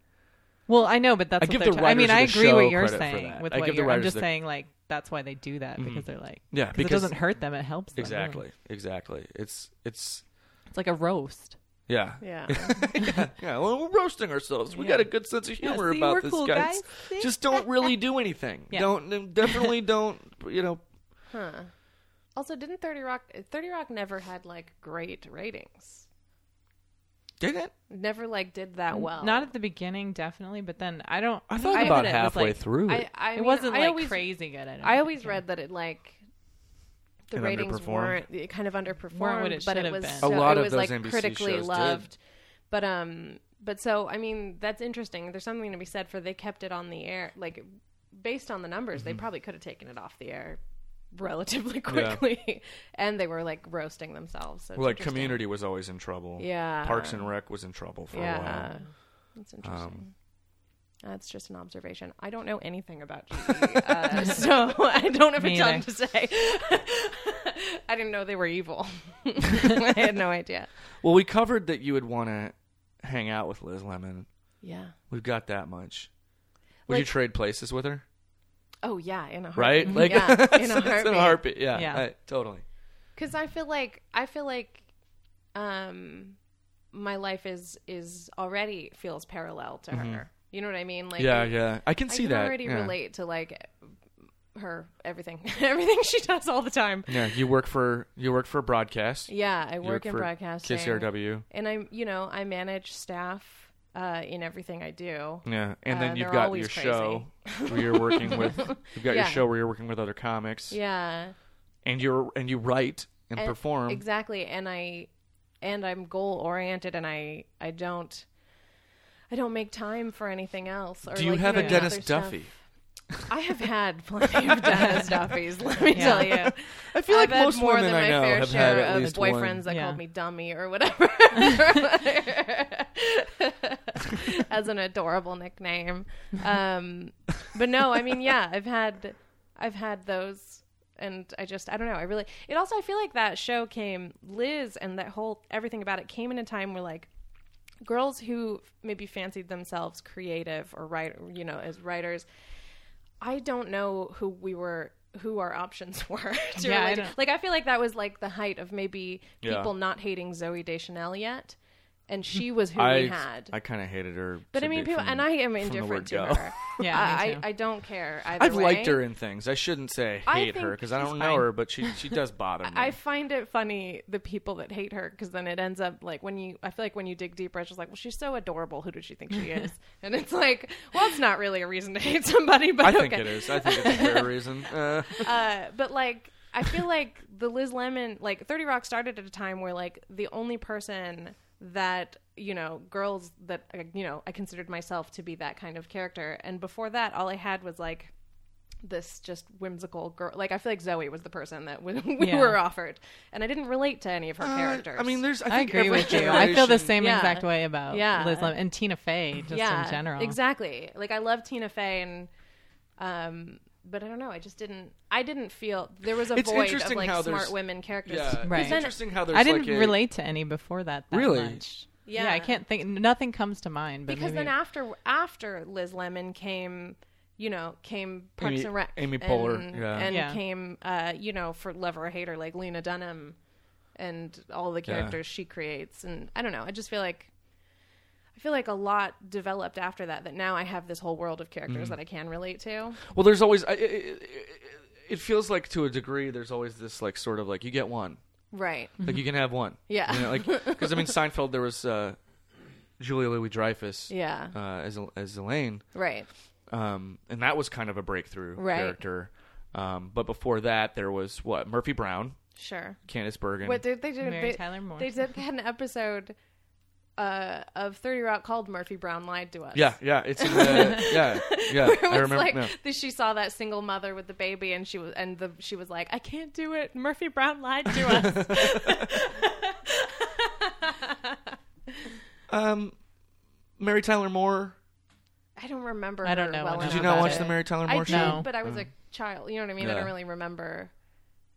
Well, I know, but that's
I
what
give
they're
the
try- I mean,
writers of
I
the
agree
show
what you're
credit for
saying
that.
with
I
what
give the
you're. I'm
writers
just
the- Mm-hmm.
saying, like that's why they do that because they're like,
Yeah,
it
because-
doesn't hurt them; it helps them. really.
Exactly. Exactly. It's it's
It's like a roast.
yeah.
Yeah.
(laughs) yeah. Well, we're roasting ourselves. We got a good sense of humor
see,
about
we're
this,
cool,
guys.
guys. See?
Just don't really do anything.
(laughs) Yeah.
Don't definitely don't. You know.
Huh. Also, didn't Thirty Rock? Thirty Rock never had like great ratings.
Did it?
Never like did that well.
Not at the beginning, definitely, but then I don't.
I thought
I
about
haven't- it was
halfway
like-
through
I,
it.
I
it
mean,
wasn't
I
like
always,
crazy good. I, don't
I
think.
always read that it like the
It
ratings
underperformed.
weren't it kind of underperformed,
Weren't what it
but
should
it
have
was
been. A
So,
lot
it
of
was
those
like
NBC
critically
shows did.
loved. But um, but so I mean, that's interesting. There's something to be said for they kept it on the air, like based on the numbers,
Mm-hmm.
they probably could have taken it off the air relatively (laughs) quickly, and they were like roasting themselves. So it's
Well, like
interesting.
Community was always in trouble.
Yeah.
Parks and Rec was in trouble for a
Yeah.
while. Um,
That's interesting. That's just an observation. I don't know anything about GE,
(laughs)
uh, so I don't have a
Me
ton
either.
to say. (laughs) I didn't know they were evil. (laughs) I had no idea.
Well, we covered that you would want to hang out with Liz Lemon.
Yeah.
We've got that much. Would you
Like-
trade places with her?
Oh yeah, in a heartbeat. (laughs)
Right? Like (laughs)
yeah,
it's-
in a
it's
heartbeat.
Yeah.
Yeah.
I- totally.
Because I feel like I feel like, um, my life is is already feels parallel to her. You know what I mean? Like
Mm-hmm. yeah.
I-
Yeah. I can
I
see
can
that.
already
yeah.
relate to like her everything, (laughs) everything she does all the time.
Yeah, you work for you work for broadcast.
Yeah, I
You
work in
for
broadcasting.
KCRW.
And I'm, you know, I manage staff uh, in everything I do.
Yeah, and
Uh,
then you've
they're
got your
always
show where you're working
(laughs)
with. You've got your
Yeah.
show where you're working with other comics,
Yeah.
and you're and you write and,
And-
perform.
Exactly. And I and I'm goal oriented and I I don't I don't make time for anything else. Or
Do you
like,
have
know,
a
other
Dennis
stuff.
Duffy?
I have had plenty
(laughs)
of Dennis Duffy's, let me
Yeah.
tell you.
I feel like
I've had
most
more
women
than
I
my
know
fair
have had
share
at
of
least
boyfriends
one.
that
Yeah.
called me dummy or whatever. (laughs) As an adorable nickname. Um, but no, I mean, yeah, I've had I've had those and I just I don't know, I really it also I feel like that show came Liz and that whole everything about it came in a time where like girls who maybe fancied themselves creative or write you know as writers i don't know who we were who our options (laughs) were to
Yeah, I
relate to.
don't-
like i feel like that was like the height of maybe
Yeah.
people not hating zoe deschanel yet and
Hmm.
she was who we
I
had
I kind of hated her.
but i
to
mean
be-
people
from-
and i
from
am
the
indifferent
word
to
go.
her
(laughs) Yeah, me
I,
too.
I i don't care either
(laughs) I've liked
way.
her in things. I shouldn't say
I
hate her
think
because I don't
she's
know
fine.
her, but she she does bother me.
(laughs) I find it funny the people that hate her because then it ends up like when you I feel like when you dig deeper, it's just like, well, she's so adorable. Who does she
(laughs)
think she is? and it's like, well, it's not really a reason to hate somebody, (laughs) but
I think
okay.
it is. I think it's a
(laughs)
fair reason. Uh,
Uh, but like, I feel like the Liz Lemon, like Thirty Rock, started at a time where like the only person that you know girls that uh, you know I considered myself to be that kind of character, and before that, all I had was like this just whimsical girl. Like I feel like Zoe was the person that we, (laughs) we
Yeah.
were offered, and I didn't relate to any of her characters.
Uh, I mean, there's. I,
I
think
agree
every
with you. I feel the
generation-
same
Yeah.
exact way about
Yeah.
Liz Lemon and Tina Fey, just in general.
Exactly. Like I love Tina Fey and um but I don't know, I just didn't I didn't feel there was a
It's
void of
interesting
like
how
smart
there's-
women characters.
Yeah,
Right.
it's interesting how there's.
I didn't
like a-
relate to any before that. that
Really?
Much.
Yeah.
Yeah. I can't think. Nothing comes to mind. But
Because
maybe-
then after after Liz Lemon came you know, came Parks
Amy-
and Rec,
Amy
and-
Poehler, yeah.
and
Yeah.
came, uh, you know, for lover or hater like Lena Dunham, and all the
Yeah.
characters she creates, and I don't know, I just feel like I feel like a lot developed after that. That now I have this whole world of characters
Mm.
that I can relate to.
Well, there's always. I, i i it feels like to a degree there's always this like sort of like you get one,
Right.
like you can have one.
Mm-hmm. Yeah.
You know, like because I
(laughs)
mean Seinfeld, there was uh, Julia Louis Dreyfus.
Yeah.
Uh, as as Elaine,
Right.
um, and that was kind of a breakthrough
Right.
character. Um, but before that, there was what Murphy Brown,
Sure.
Candice Bergen.
What did they do?
Mary
they,
Tyler Moore.
They did they had an episode uh, of Thirty Rock called "Murphy Brown Lied to Us."
yeah, yeah, it's in the,
(laughs)
yeah, yeah.
Where it was
I remember.
like
yeah.
that she saw that single mother with the baby, and she was and the she was like, "I can't do it." Murphy Brown lied
(laughs)
to us.
Um, Mary Tyler Moore.
I don't remember.
I don't
her
know
Well
much
Did you
enough
not
about
watch
to-
the Mary Tyler
I
Moore
did,
show?
No.
but I was a child. You know what I mean? I
Yeah.
don't really remember.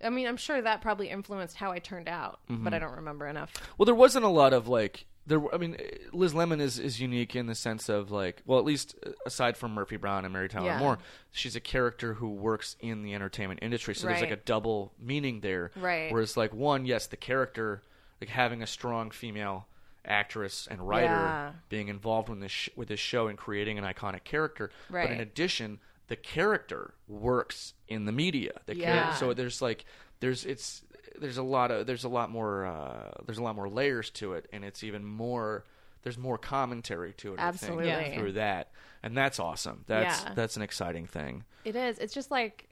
I mean, I'm sure that probably influenced how I turned out, but
Mm-hmm.
I don't remember enough.
Well, there wasn't a lot of like there. were- I mean, Liz Lemon is is unique in the sense of like, well, at least uh, aside from Murphy Brown and Mary Tyler
Yeah.
Moore, she's a character who works in the entertainment industry, so there's like a
Right.
double meaning there.
Right.
Whereas like one, yes, the character like having a strong female actress and writer
Yeah.
being involved with this sh- with this show and creating an iconic character. But in
Right.
addition, the character works in the media. The character-
Yeah.
so there's like there's it's there's a lot of there's a lot more uh, there's a lot more layers to it, and it's even more there's more commentary to it. I think,
Absolutely.
through that, and that's awesome. That's
Yeah.
that's an exciting thing,
It is. It's just like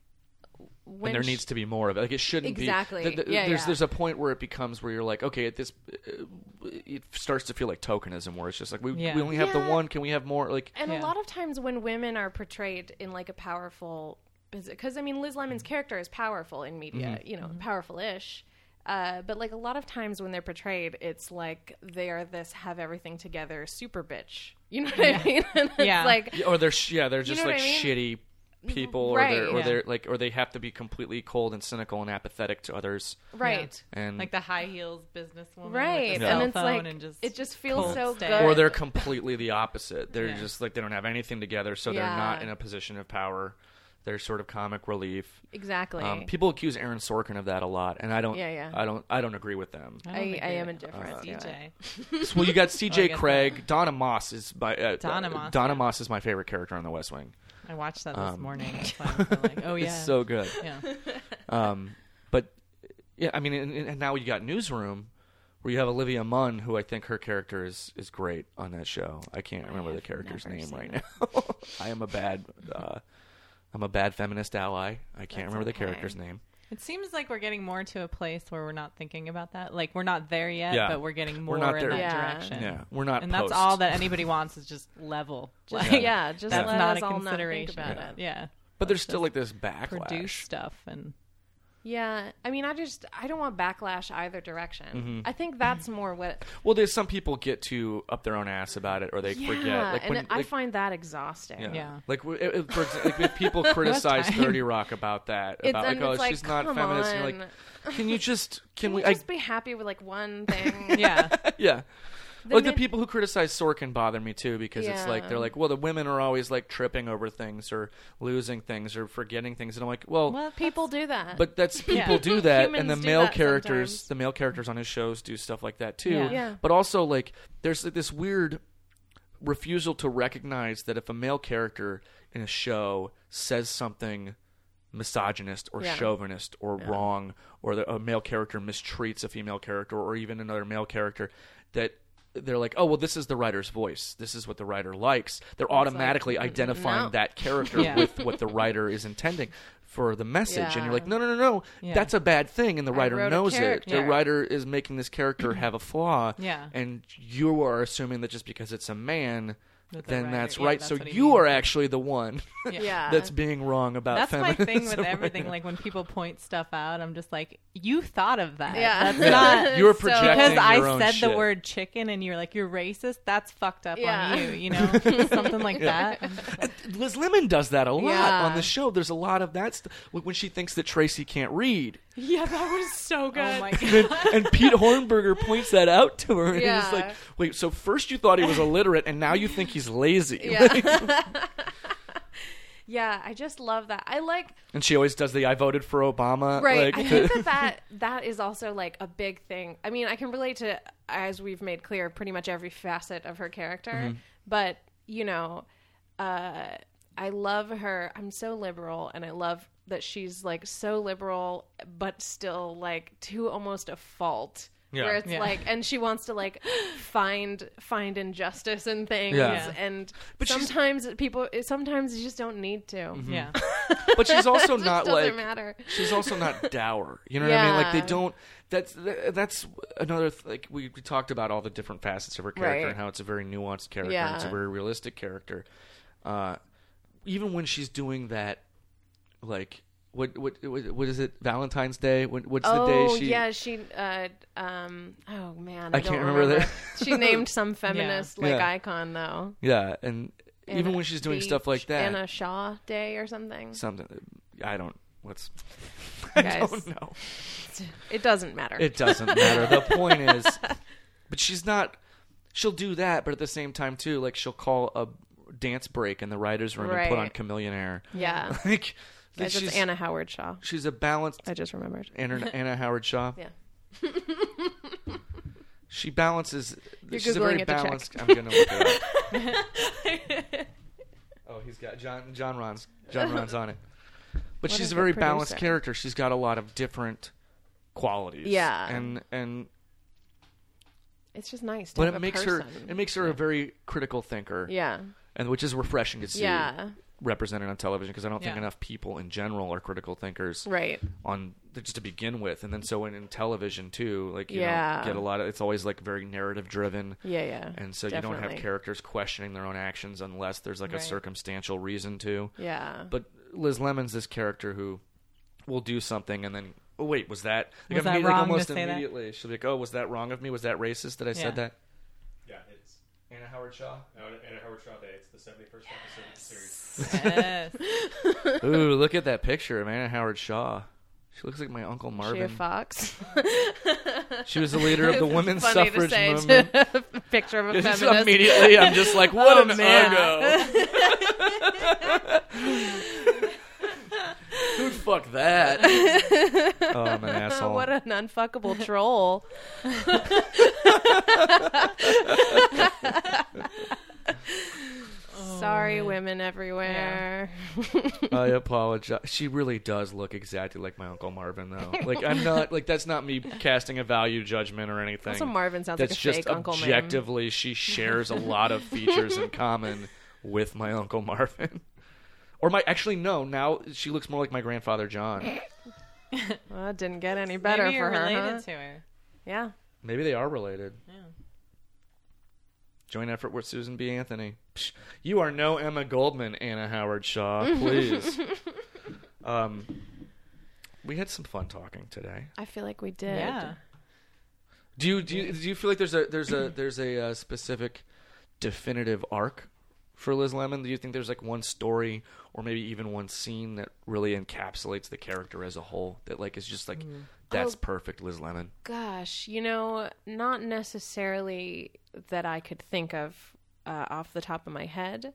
when
and there
she-
needs to be more of it. Like it shouldn't
Exactly.
be th- th-
Yeah,
there's
yeah.
there's a point where it becomes where you're like, okay, at this uh, it starts to feel like tokenism, where it's just like we
Yeah.
we only have
Yeah.
the one. Can we have more? Like
And a
Yeah.
lot of times when women are portrayed in like a powerful, because I mean Liz
Mm-hmm.
Lemon's character is powerful in media, you know, powerful-ish. Uh, but like a lot of times when they're portrayed, it's like they are this have everything together super bitch. You know what I mean? (laughs) And it's
Yeah.
Like
Yeah, or they're sh- yeah they're just
know
like
what I mean? Mm-hmm.
shitty people
Right.
or they're or
Yeah.
they're like or they have to be completely cold and cynical and apathetic to others
right.
and
like the high heels businesswoman,
Right,
With the cell
and it's
phone
like
and just
it just feels
cold
so
stare.
good.
or they're completely the opposite they're
Yeah.
just like they don't have anything together so they're
Yeah.
not in a position of power they're sort of comic relief
exactly.
um, people accuse Aaron Sorkin of that a lot and I don't
Yeah, yeah.
I don't I don't agree with
(laughs)
them
I,
I-
don't think
I
you're
am
a
indifferent to
DJ.
So, well you got
Oh, I
CJ
get
Craig Donna Moss is my uh,
Donna
uh,
Moss,
Donna
yeah.
Moss is my favorite character on the West Wing
I watched that this
Um,
morning.
(laughs)
That's why I'm like, oh yeah,
it's so good
yeah.
Um, but yeah, I mean, and, and now you got Newsroom, where you have Olivia Munn, who I think her character is is great on that show. I can't remember the character's
never
name
seen
right now. (laughs) I am a bad, uh, I'm a bad feminist ally. I can't remember the
okay.
character's name.
(laughs) It seems like we're getting more to a place where we're not thinking about that. Like we're not there yet,
Yeah.
but we're getting
We're
more
not
in
there.
that
Yeah.
direction.
Yeah, we're not.
And
post.
that's all that anybody wants is just level.
(laughs)
Like,
yeah, just
that's
let
not
us
a
all not think
consideration.
about it.
yeah.
But there's
let's
still
just
like this backlash.
produce stuff
(laughs)
and
Yeah, I mean, I just I don't want backlash either direction.
Mm-hmm.
I think that's more what.
Well, there's some people get too up their own ass about it, or they
Yeah,
(laughs) forget. Like
and
when,
I
like-
find that exhausting.
yeah.
Yeah.
Like, w- if, if- for exa- like if
(laughs)
people criticize
time.
Thirty Rock about that,
It's-
about like,
and
oh,
it's like,
she's not
come
feminist. And you're
on.
like, can you
(laughs)
just can,
Can
we?
we just be happy with like
(laughs)
one thing?
yeah
I, (laughs) yeah. Like the
min-
people who criticize Sorkin bother me too because it's like
Yeah.
they're like, well, the women are always like tripping over things or losing things or forgetting things, and I'm like, well,
well
People do that.
But that's
Yeah.
people do that, and
Humans
the
do
male
that
characters,
sometimes.
the male characters on his shows do stuff like that too.
Yeah.
Yeah.
But also, like, there's like, this weird refusal to recognize that if a male character in a show says something misogynist or
Yeah.
chauvinist or wrong, or the, a male character mistreats a female character or even another male character, that they're like, oh well, this is the writer's voice. This is what the writer likes. They're automatically identifying
"Mm, no.
that character
(laughs)
Yeah.
with what the writer is intending for the message message. and you're
Yeah.
like, no, no, no, no,
Yeah.
that's a bad thing, and the writer
wrote a
knows it. The
character.
writer is making this
(clears throat)
character have a flaw,
Yeah.
and you are assuming that just because it's a man,
That the
then
writer-
that's
yeah,
right.
that's
so
what he
you
means.
are actually the
(laughs)
one
yeah,
that's being wrong about
That's my
feminism.
thing with everything. Like when people point stuff out, I'm just like, you thought of that.
yeah.
That's
(laughs)
not
(laughs) You're
So-
projecting
because
Acting
I
your own
said
shit.
the word chicken and you're like, you're racist. That's fucked up
Yeah.
on you, you
(laughs)
know? Something like that. I'm just like,
Liz Lemon does that a lot
Yeah.
on the show. There's a lot of that st- when she thinks that Tracy can't read,
(laughs) yeah, that was so good.
oh my
(laughs)
and,
God.
and Pete Hornberger points that out to her. And
Yeah.
it's like, wait, so first you thought he was illiterate, and now you think he's lazy. (laughs)
Yeah. yeah, I just love that. I like
And she always does the "I voted for Obama."
right.
Like,
I
(laughs)
think that, that that is also like a big thing. I mean, I can relate to as we've made clear pretty much every facet of her character,
Mm-hmm.
but you know, uh I love her. I'm so liberal and I love that she's like so liberal but still like to almost a fault.
Yeah.
Where it's
Yeah.
like and she wants to like find find injustice in things
Yeah.
and
But she's-
sometimes people sometimes you just don't need to.
yeah.
but she's
(laughs)
also
It
not like
doesn't matter.
she's also not dour. You know what I mean? Like they
Yeah.
don't. That's th- that's another th- like we, we talked about all the different facets of her character
Right.
and how it's a very nuanced character. And it's a
Yeah.
very realistic character. Uh, even when she's doing that, like what what what, what is it? Valentine's Day? When, what's
oh,
the day she?
yeah, she. Uh, um, oh man,
I
I,
can't
don't
remember
remember,
that. (laughs)
she named some feminist like
Yeah.
icon though.
Yeah, and even
Anna
when she's doing
Beach-
stuff like that,
Anna Shaw Day or something.
something I don't. What's (laughs) I
Guys,
don't know.
it doesn't matter.
It doesn't matter. the point
(laughs)
is, but she's not. She'll do that, but at the same time too, like she'll call a dance break in the writers' room and put on
Right.
Chameleon Air. (laughs)
yeah,
Like that
it's
she's
just Anna Howard Shaw.
she's a balanced
I just remembered. (laughs)
Anna, Anna Howard Shaw.
Yeah.
(laughs) She balances.
You're
she's a
Googling
very
it to check.
balanced. I'm gonna look it up.
(laughs)
oh, he's got John. John Ron's. John Ron's on it. But
What
she's
a
a very
good
balanced
producer.
character. She's got a lot of different qualities.
Yeah.
And and
It's just nice. To
but
have
it
a
makes her
person.
it makes her a very critical thinker.
Yeah,
and which is refreshing to see
yeah,
represented on television because I don't think
Yeah.
enough people in general are critical thinkers
right.
on just to begin with, and then so in, in television too, like you
Yeah.
know, get a lot of it's always like very narrative driven,
Yeah, yeah.
and so you don't have
Definitely.
characters questioning their own actions unless there's like a
Right.
circumstantial reason to.
Yeah,
But Liz Lemon's this character who will do something and then. Oh wait, was that like,
Was that
immediately- like,
wrong to
almost
say that?
immediately? She'll be like, "Oh, was that wrong of me? Was that racist that I
Yeah.
said that?"
Yeah, it's
Anna Howard Shaw.
Anna Anna Howard Shaw Day. It's the 71st episode of the series.
Mm.
Yes. (laughs)
Ooh, look at that picture of Anna Howard Shaw. She looks like my uncle
she a
Marvin.
fox. (laughs)
She was the leader of the women's
Funny
suffrage
to say
movement.
to a (laughs) picture of a
It's just
feminist.
immediately, I'm just like, what
Oh,
an
man.
uggo. Who'd fuck that?
(laughs)
oh, I'm an asshole.
what an unfuckable
(laughs)
troll. Sorry,
Oh,
women everywhere.
(laughs)
(laughs)
I apologize. She really does look exactly like my uncle Marvin,
(laughs)
though. Like I'm not like that's not me casting a value judgment or anything.
Also, Marvin sounds
that's
like a
just
fake Uncle Man.
objectively she shares a lot of features
(laughs)
in common with my uncle marvin or my actually no now she looks more like my grandfather john
Well, it didn't get any (laughs) better
Better Maybe
for
you're
her.
related
huh?
to her.
Yeah.
maybe they are related joint effort with susan b anthony Psh, you are no emma goldman anna howard shaw please Um, we had some fun talking today.
I feel like we did.
Yeah.
Do you do you, do you feel like there's a there's a there's a uh, specific definitive arc for Liz Lemon? Do you think there's like one story or maybe even one scene that really encapsulates the character as a whole that like is just like that's
Oh.
perfect Liz Lemon?
Gosh, you know, not necessarily that I could think of uh, off the top of my head,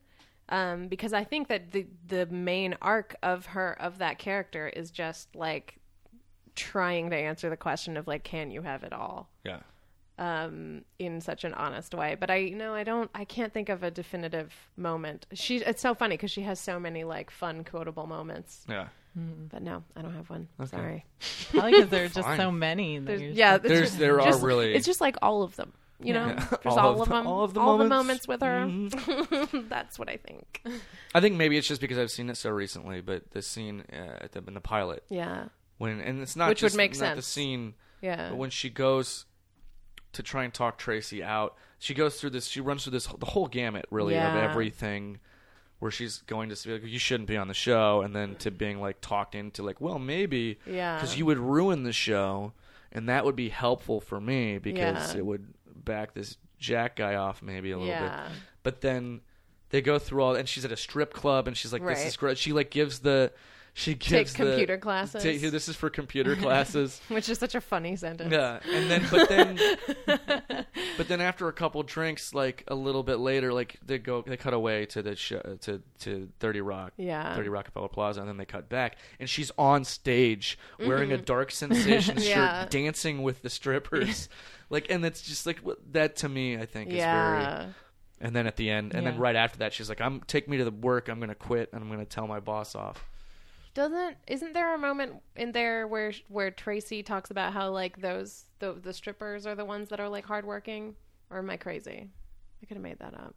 um, because I think that the the main arc of her of that character is just like trying to answer the question of like, can you have it all
Yeah.
um, in such an honest way? But I, you know, I don't, I can't think of a definitive moment. She, it's so funny because she has so many like fun quotable moments,
Yeah.
but no, I don't have one. Sorry.
Probably because there are just
Fine.
so many. That
There's,
you're just
yeah,
like,
it's
There's- there are
just-
really-
It's just like all of them, you know.
Yeah.
There's
All
all,
of
of
the-
them,
all of the moments. Mm-hmm.
moments with her. (laughs) That's what I think.
I think maybe it's just because I've seen it so recently, but the scene uh, at the, in the pilot
Yeah,
when and it's not
Which would
just
make
not the
sense.
scene
yeah.
But when she goes to try and talk Tracy out, she goes through this. She runs through this the whole gamut, really,
Yeah.
of everything. Where she's going to say, like, "You shouldn't be on the show," and then to being like talked into, like, "Well, maybe,
Yeah.
because you would ruin the show, and that would be helpful for me because
Yeah.
it would back this Jack guy off maybe a little
Yeah.
bit." But then they go through all, and she's at a strip club, and she's like, "This
Right.
is great." She like gives the, she gives the-
computer classes.
Take, this is for computer
(laughs)
classes.
Which is such a funny sentence.
Yeah, and then but
(laughs)
then but then after a couple drinks, like a little bit later, like they go they cut away to the show, to to Thirty Rock,
Yeah.
Thirty Rockefeller Plaza, and then they cut back, and she's on stage wearing a dark
(laughs)
sensation
Mm-hmm. Yeah.
shirt, dancing with the strippers, like, and it's just like what- that to me, I think is very.
Yeah.
And then at the end, and then
Yeah.
right after that, she's like, "I'm take me to the work. I'm gonna quit, and I'm gonna tell my boss off."
Doesn't isn't there a moment in there where where Tracy talks about how like those the the strippers are the ones that are like hardworking? Or am I crazy? I could have made that up.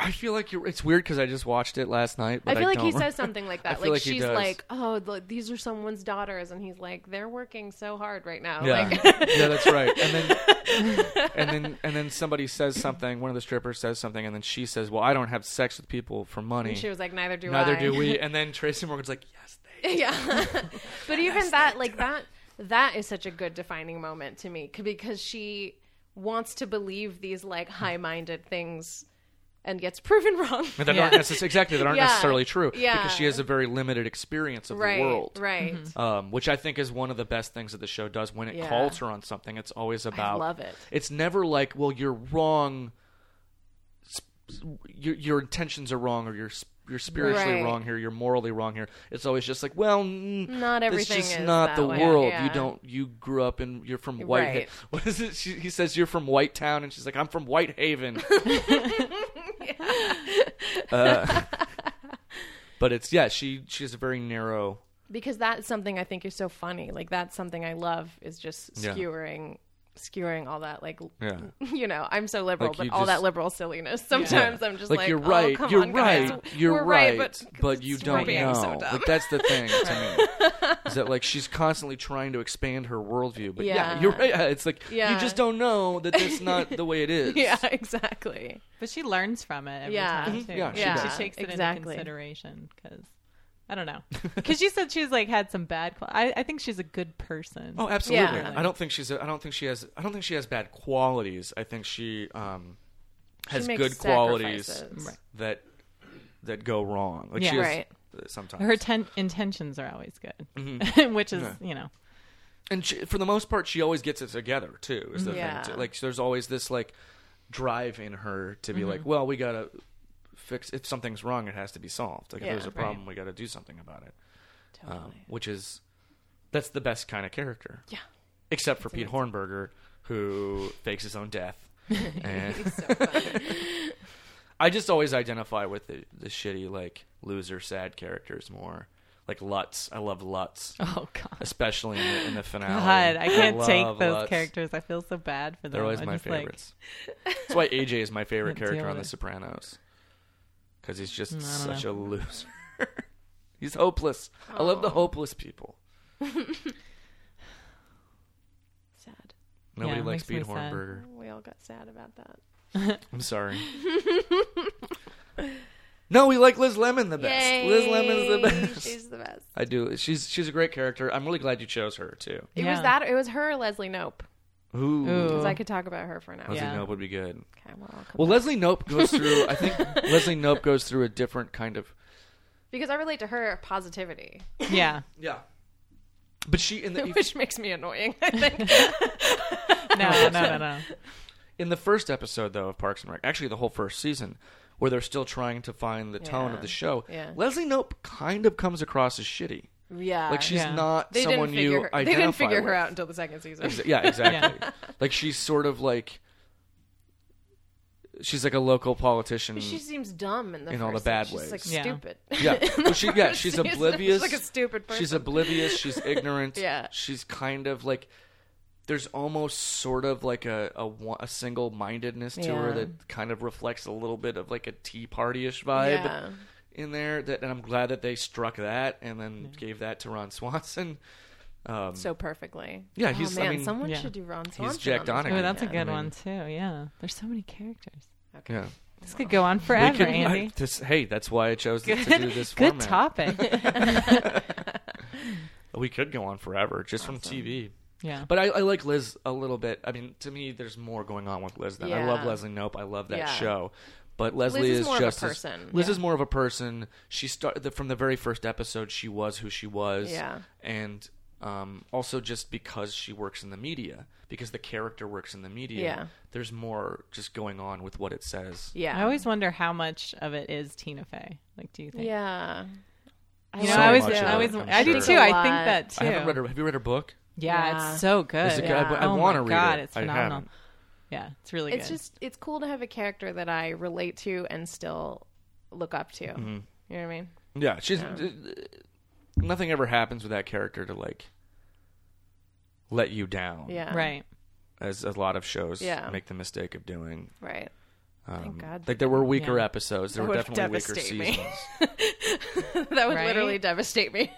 I feel like you're, it's weird because I just watched it last night. But
I feel like he
don't- (laughs)
says something like
I
that.
feel
Like,
like he
she's
does.
like, "Oh, the, these are someone's daughters," and he's like, "They're working so hard right now."
Yeah,
Like, (laughs)
yeah, that's right. And then, and then, and then somebody says something. One of the strippers says something, and then she says, "Well, I don't have sex with people for money.
and she was like, "Neither do
Neither
I."
do
(laughs)
we." And then Tracy Morgan's like, "Yes, they."
yeah. (laughs) but even that, like that, that is such a good defining moment to me c- because she wants to believe these like high-minded things and gets (laughs) proven wrong.
But that aren't necess- exactly that aren't
(laughs) Yeah.
necessarily true
Yeah.
because she has a very limited experience of
right.
the world.
Right.
Um, which I think is one of the best things that the show does. When it
Yeah.
calls her on something, it's always about.
love it.
It's never like, well, you're wrong. s- s- Your, your intentions are wrong, or you're s- you're spiritually
Right.
wrong here. You're morally wrong here. It's always just like, well, n-
Not Mm, everything
It's just
is
not
that
the
way.
world. You
Yeah.
don't. You grew up in. You're from White.
Right.
(laughs) What is it? She, he says you're from White Town, and she's like, I'm from White
(laughs)
Haven. (laughs) uh, but it's yeah. She she has a very narrow.
Because that's something I think is so funny. Like that's something I love is just
Yeah.
skewering skewering all that like (laughs) l-
Yeah.
you know, I'm so liberal,
Like,
but
you
all
just-
that liberal silliness. Sometimes I'm just
like,
like,
you're
"Oh,
right,
come
you're
on, guys.
right, you're
We're
right,
but,
but you
(laughs) we're
don't know.
being so dumb.
like that's the thing to me is that like she's constantly trying to expand her worldview. But yeah,
Yeah.
you're right. It's like you
Yeah.
just don't know that that's not the way it is. (laughs)
(laughs) yeah, exactly.
But she learns from it every
Yeah.
time.
Mhm.
Too.
Yeah, she
she,
does.
takes it
Exactly.
into consideration because I don't
(laughs)
know. Because she said she's like had some bad. Qual- I, I think she's a good person.
Oh, absolutely.
Yeah.
I don't think she's. A, I don't think she has. I don't think she has bad qualities. I think she um, has
makes
good qualities
sacrifices. Right.
that that go wrong. Like
Yeah.
she has, uh,
Right.
Sometimes
Her ten- intentions are always good,
Mm-hmm.
(laughs) which is you know
and she, for the most part, she always gets it together too. Is the
Yeah.
thing too. like there's always this like drive in her to be
Mm-hmm.
like, well, we gotta fix if something's wrong, it has to be solved. Like
Yeah.
if there's a problem, we gotta do something about it. Um, which is that's the best kind of character.
Yeah.
except for Pete Hornberger, who fakes his own
(laughs)
death. And (laughs) I just always identify with the, the shitty, like loser, sad characters more. Like Lutz, I love Lutz,
oh god,
especially in the, in the finale.
God, I
(laughs)
can't
love
take those
Lutz.
characters. I feel so bad for them.
They're always
I'm
my
just like,
favorites. That's why AJ
(laughs)
is my favorite
Can't deal
character on
with
The
it.
Sopranos, because he's just
don't
such
know. Oh.
a loser. (laughs) he's hopeless. I love the hopeless people.
Sad.
Nobody
it
likes Pete
makes me sad.
Hornberger.
(laughs)
We all got sad about that.
I'm sorry. No, we like Liz Lemon the best. Liz Lemon's the
Yay,
best.
She's the best.
I do. She's she's a great character. I'm really glad you chose her too.
It was
Yeah.
that. It was her, or Leslie Nope.
Ooh,
Ooh.
Because I could talk about her for an hour.
Leslie
Yeah.
Nope would be
(laughs)
good.
Okay, well, I'll come
Well,
back.
Leslie Nope goes through. I think Leslie Nope goes through a different kind of.
because I relate to her
(laughs)
positivity, (laughs)
yeah.
Yeah. But she
(laughs)
in the
which makes me annoying.
(laughs)
I think.
No, no, no, no.
in the first episode though of Parks and Rec, actually the whole first season, where they're still trying to find the tone
Yeah.
of the show.
Yeah.
Leslie Nope kind of comes across as shitty.
yeah,
Like she's
Yeah.
not
they
someone
didn't figure
you
her.
identify
They didn't figure her
with.
out until the second season.
Exa- yeah, exactly. like she's sort of like she's like a local politician.
She seems dumb in the
In
first
all the bad
season. She's like
ways.
Yeah.
stupid. (laughs)
yeah, well, she, yeah, she's
She's
oblivious.
like a stupid person.
She's oblivious.
(laughs)
She's ignorant.
Yeah.
she's kind of like there's almost sort of like a a, wa- a single mindedness to her
Yeah.
that kind of reflects a little bit of like a tea party ish vibe
Yeah.
in there. That and I'm glad that they struck that and then gave that to Ron Swanson. (laughs) Um,
so perfectly.
Yeah,
Oh,
he's- I
man.
mean-
someone
Yeah.
should do Ron Swanson.
he's Jack
on this
Donaghy.
Oh, that's a
I
good
mean-
one too. Yeah. There's so many characters.
yeah,
This could go on forever,
could-
Andy.
I- this- hey, that's why I chose (laughs) to
good,
do
(laughs)
this.
(laughs) good
format.
topic.
We could go on forever just from TV.
yeah.
But I, I like Liz a little bit. I mean, to me, there's more going on with Liz than I love
Yeah.
Leslie Nope. I love that
Yeah.
show. But Leslie
is
is,
more of a
just as-
person.
Liz
Yeah.
is more of a person. She started from the very first episode. She was who she was.
Yeah.
And um, also just because she works in the media, because the character works in the media.
Yeah.
There's more just going on with what it says.
Yeah.
I always wonder how much of it is Tina Fey. Like, do you think?
Yeah. I
You know,
So
I always,
much of
I always,
it, I'm
I do
sure.
too. I think
It's
that
a
I
too.
haven't read her. Have you read her book?
Yeah,
Yeah.
it's so good.
It's a good-
I- I
Oh my
wanna read
God,
it.
It's
I
phenomenal.
haven't.
Yeah, it's really
It's
good.
just it's cool to have a character that I relate to and still look up to.
Mm-hmm.
You know what I mean?
Yeah, she's uh, nothing ever happens with that character to like let you down.
Yeah.
(laughs)
Mm-hmm. right.
as a lot of shows
Yeah.
make the mistake of doing.
Right.
Um,
God.
Like there were weaker
Yeah.
episodes. There
That
were
would
definitely weaker
devastate me. (laughs)
seasons.
that would
Right?
literally
(laughs)
devastate me.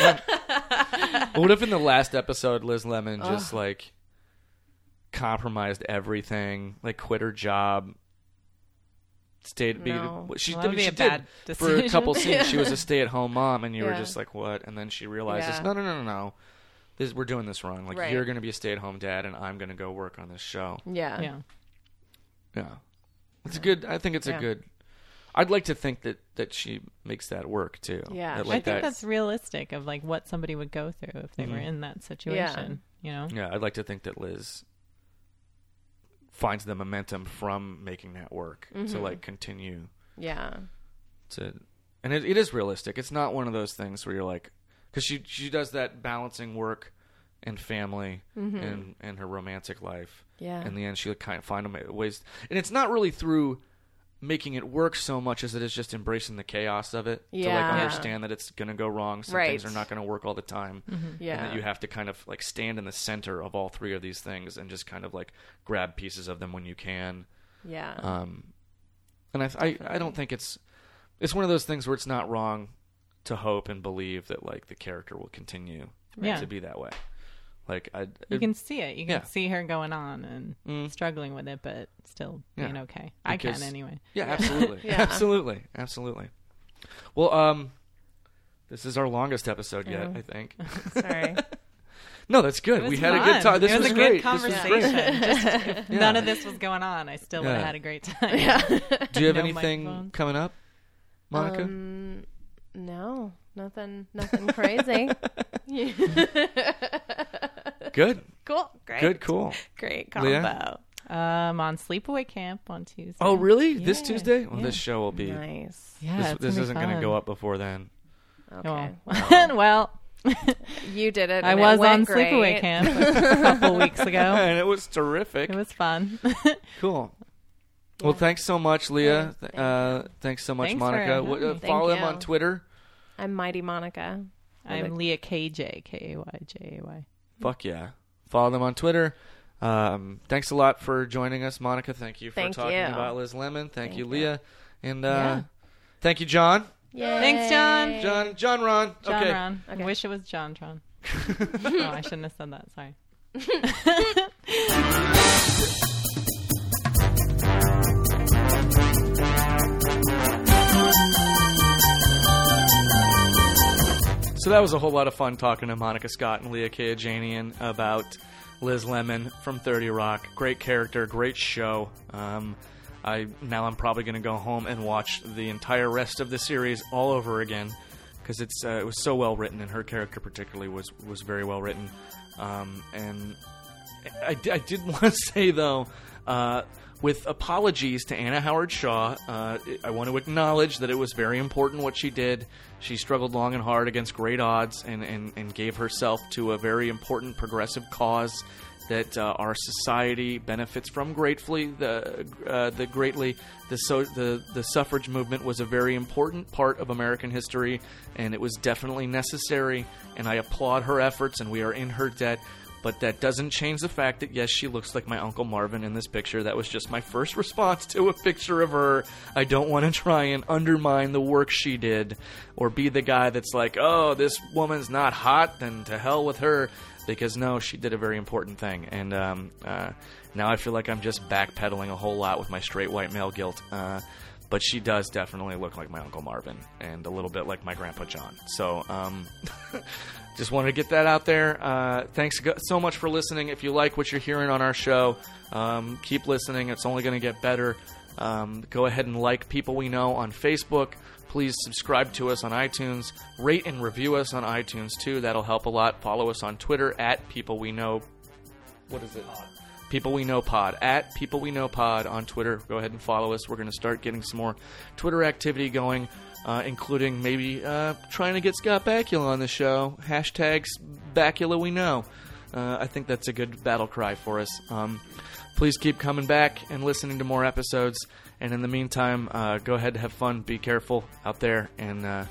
But what if in the last episode, Liz Lemon just like compromised everything, like quit her job, stayed be
No.
she,
Well,
I mean,
that would be
she
a
did
bad
for a
decision.
couple scenes. She
(laughs)
was a stay-at-home mom, and you were
Yeah.
just like, "What?" And then she realizes,
Yeah.
"No, no, no, no, no." This, we're doing this wrong. Like
Right.
you're going to be a stay-at-home dad, and I'm going to go work on this show.
(laughs) yeah.
Yeah.
Yeah. It's a good I think it's
Yeah.
a good I'd like to think that that she makes that work too.
Yeah.
That, like,
I
I think
that-
that's realistic of like what somebody would go through if they
Mm-hmm.
were in that situation. You know.
Yeah, I'd like to think that Liz finds the momentum from making that work to
Mm-hmm.
like continue
Yeah.
to and it, it is realistic. It's not one of those things where you're like cuz she she does that balancing work and family and and her romantic life.
Mm-hmm. Yeah.
In the end she like, kind of find a ma- ways and it's not really through making it work so much as it is just embracing the chaos of it to like
Yeah.
understand that it's going to go wrong some things
Right. Mm-hmm.
are not going to work all the time and
Yeah.
that you have to kind of like stand in the center of all three of these things and just kind of like grab pieces of them when you can
Yeah.
um, and I, I I don't think it's it's one of those things where it's not wrong to hope and believe that like the character will continue
Yeah.
to be that way. Like I
You
it-
can see it. You can
yeah. Mm-hmm.
see her going on and struggling with it, but still
Yeah.
being okay. I
Because-
can anyway. (laughs)
yeah, absolutely,
Yeah.
absolutely, absolutely. Well, um, this is our longest episode yet, I think. (laughs)
Sorry.
No,
(laughs)
that's good.
It
We
was
had a
fun.
good time. This
it was, a
great.
good conversation.
This was
Just if none
Yeah.
of this was going on, I still would
Yeah.
have had
(laughs)
a great time.
great. Do you have
(laughs) No
anything
microphones.
coming up, Monica?
Um, no, nothing, nothing crazy.
(laughs)
good,
cool, great,
good, cool.
great combo.
Leah?
Um, on Sleepaway Camp on Tuesday.
Oh, really? This
Yeah.
Tuesday? Well,
Yeah.
this show will be.
Nice.
Yeah,
This,
it's
this
gonna be
isn't going to
fun.
go up before then.
Okay,
Oh. (laughs) well,
you did it.
I
and it
was
went
on
great.
sleepaway camp
(laughs)
a couple weeks ago.
and it was terrific.
It was fun. (laughs)
cool. Well, thanks so much, Leah.
Yeah, thank
uh, thanks so much,
Thanks for
Monica.
having
What- uh,
me.
follow
Thank
him on
you.
Twitter.
I'm Mighty Monica.
I'm Leah KJ, K A Y J A Y.
Fuck yeah. Follow them on Twitter. Um, thanks a lot for joining us, Monica. Thank you for
Thank
talking
you.
about Liz Lemon. Thank,
Thank
you,
you.
Leah. And uh,
Yeah.
thank you, John.
Thanks, John.
John, John Ron.
John
okay.
Ron. I
Okay.
wish it was
(laughs)
John Tron. oh, I shouldn't have said that. Sorry.
So that was a whole lot of fun talking to Monica Scott and Leah Kajanian about Liz Lemon from 30 Rock. Great character, great show. Um, I now I'm probably going to go home and watch the entire rest of the series all over again because it's uh, it was so well written and her character particularly was was very well written. Um, and I, I did want to (laughs) say though, uh, with apologies to Anna Howard Shaw, uh, I want to acknowledge that it was very important what she did. She struggled long and hard against great odds and, and, and gave herself to a very important progressive cause that uh, our society benefits from gratefully. The uh, the greatly the so the the suffrage movement was a very important part of American history, and it was definitely necessary. And I applaud her efforts, and we are in her debt. But that doesn't change the fact that yes, she looks like my uncle Marvin in this picture. That was just my first (laughs) response to a picture of her. I don't want to try and undermine the work she did, or be the guy that's like, oh, this woman's not hot, then to hell with her because no, she did a very important thing, and um, uh, now I feel like I'm just backpedaling a whole lot with my straight white male guilt. Uh, but she does definitely look like my uncle Marvin, and a little bit like my grandpa John. So, um, (laughs) just wanted to get that out there. Uh, thanks go- so much for listening. If you like what you're hearing on our show, um, keep listening. It's only going to get better. Um, go ahead and like people we know on Facebook. Please subscribe to us on iTunes. Rate and review us on iTunes too. That'll help a lot. Follow us on Twitter at People We Know. What is it? People We Know Pod. At People We Know Pod on Twitter. Go ahead and follow us. We're going to start getting some more Twitter activity going, uh, including maybe uh, trying to get Scott Bakula on the show. Hashtags Bakula We Know. Uh, I think that's a good battle cry for us. Um, please keep coming back and listening to more episodes. And in the meantime, uh, go ahead and have fun. Be careful out there, and uh,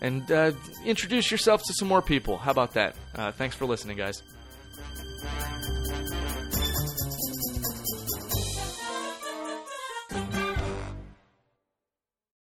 and uh, introduce yourself to some more people. How about that? Uh, thanks for listening, guys.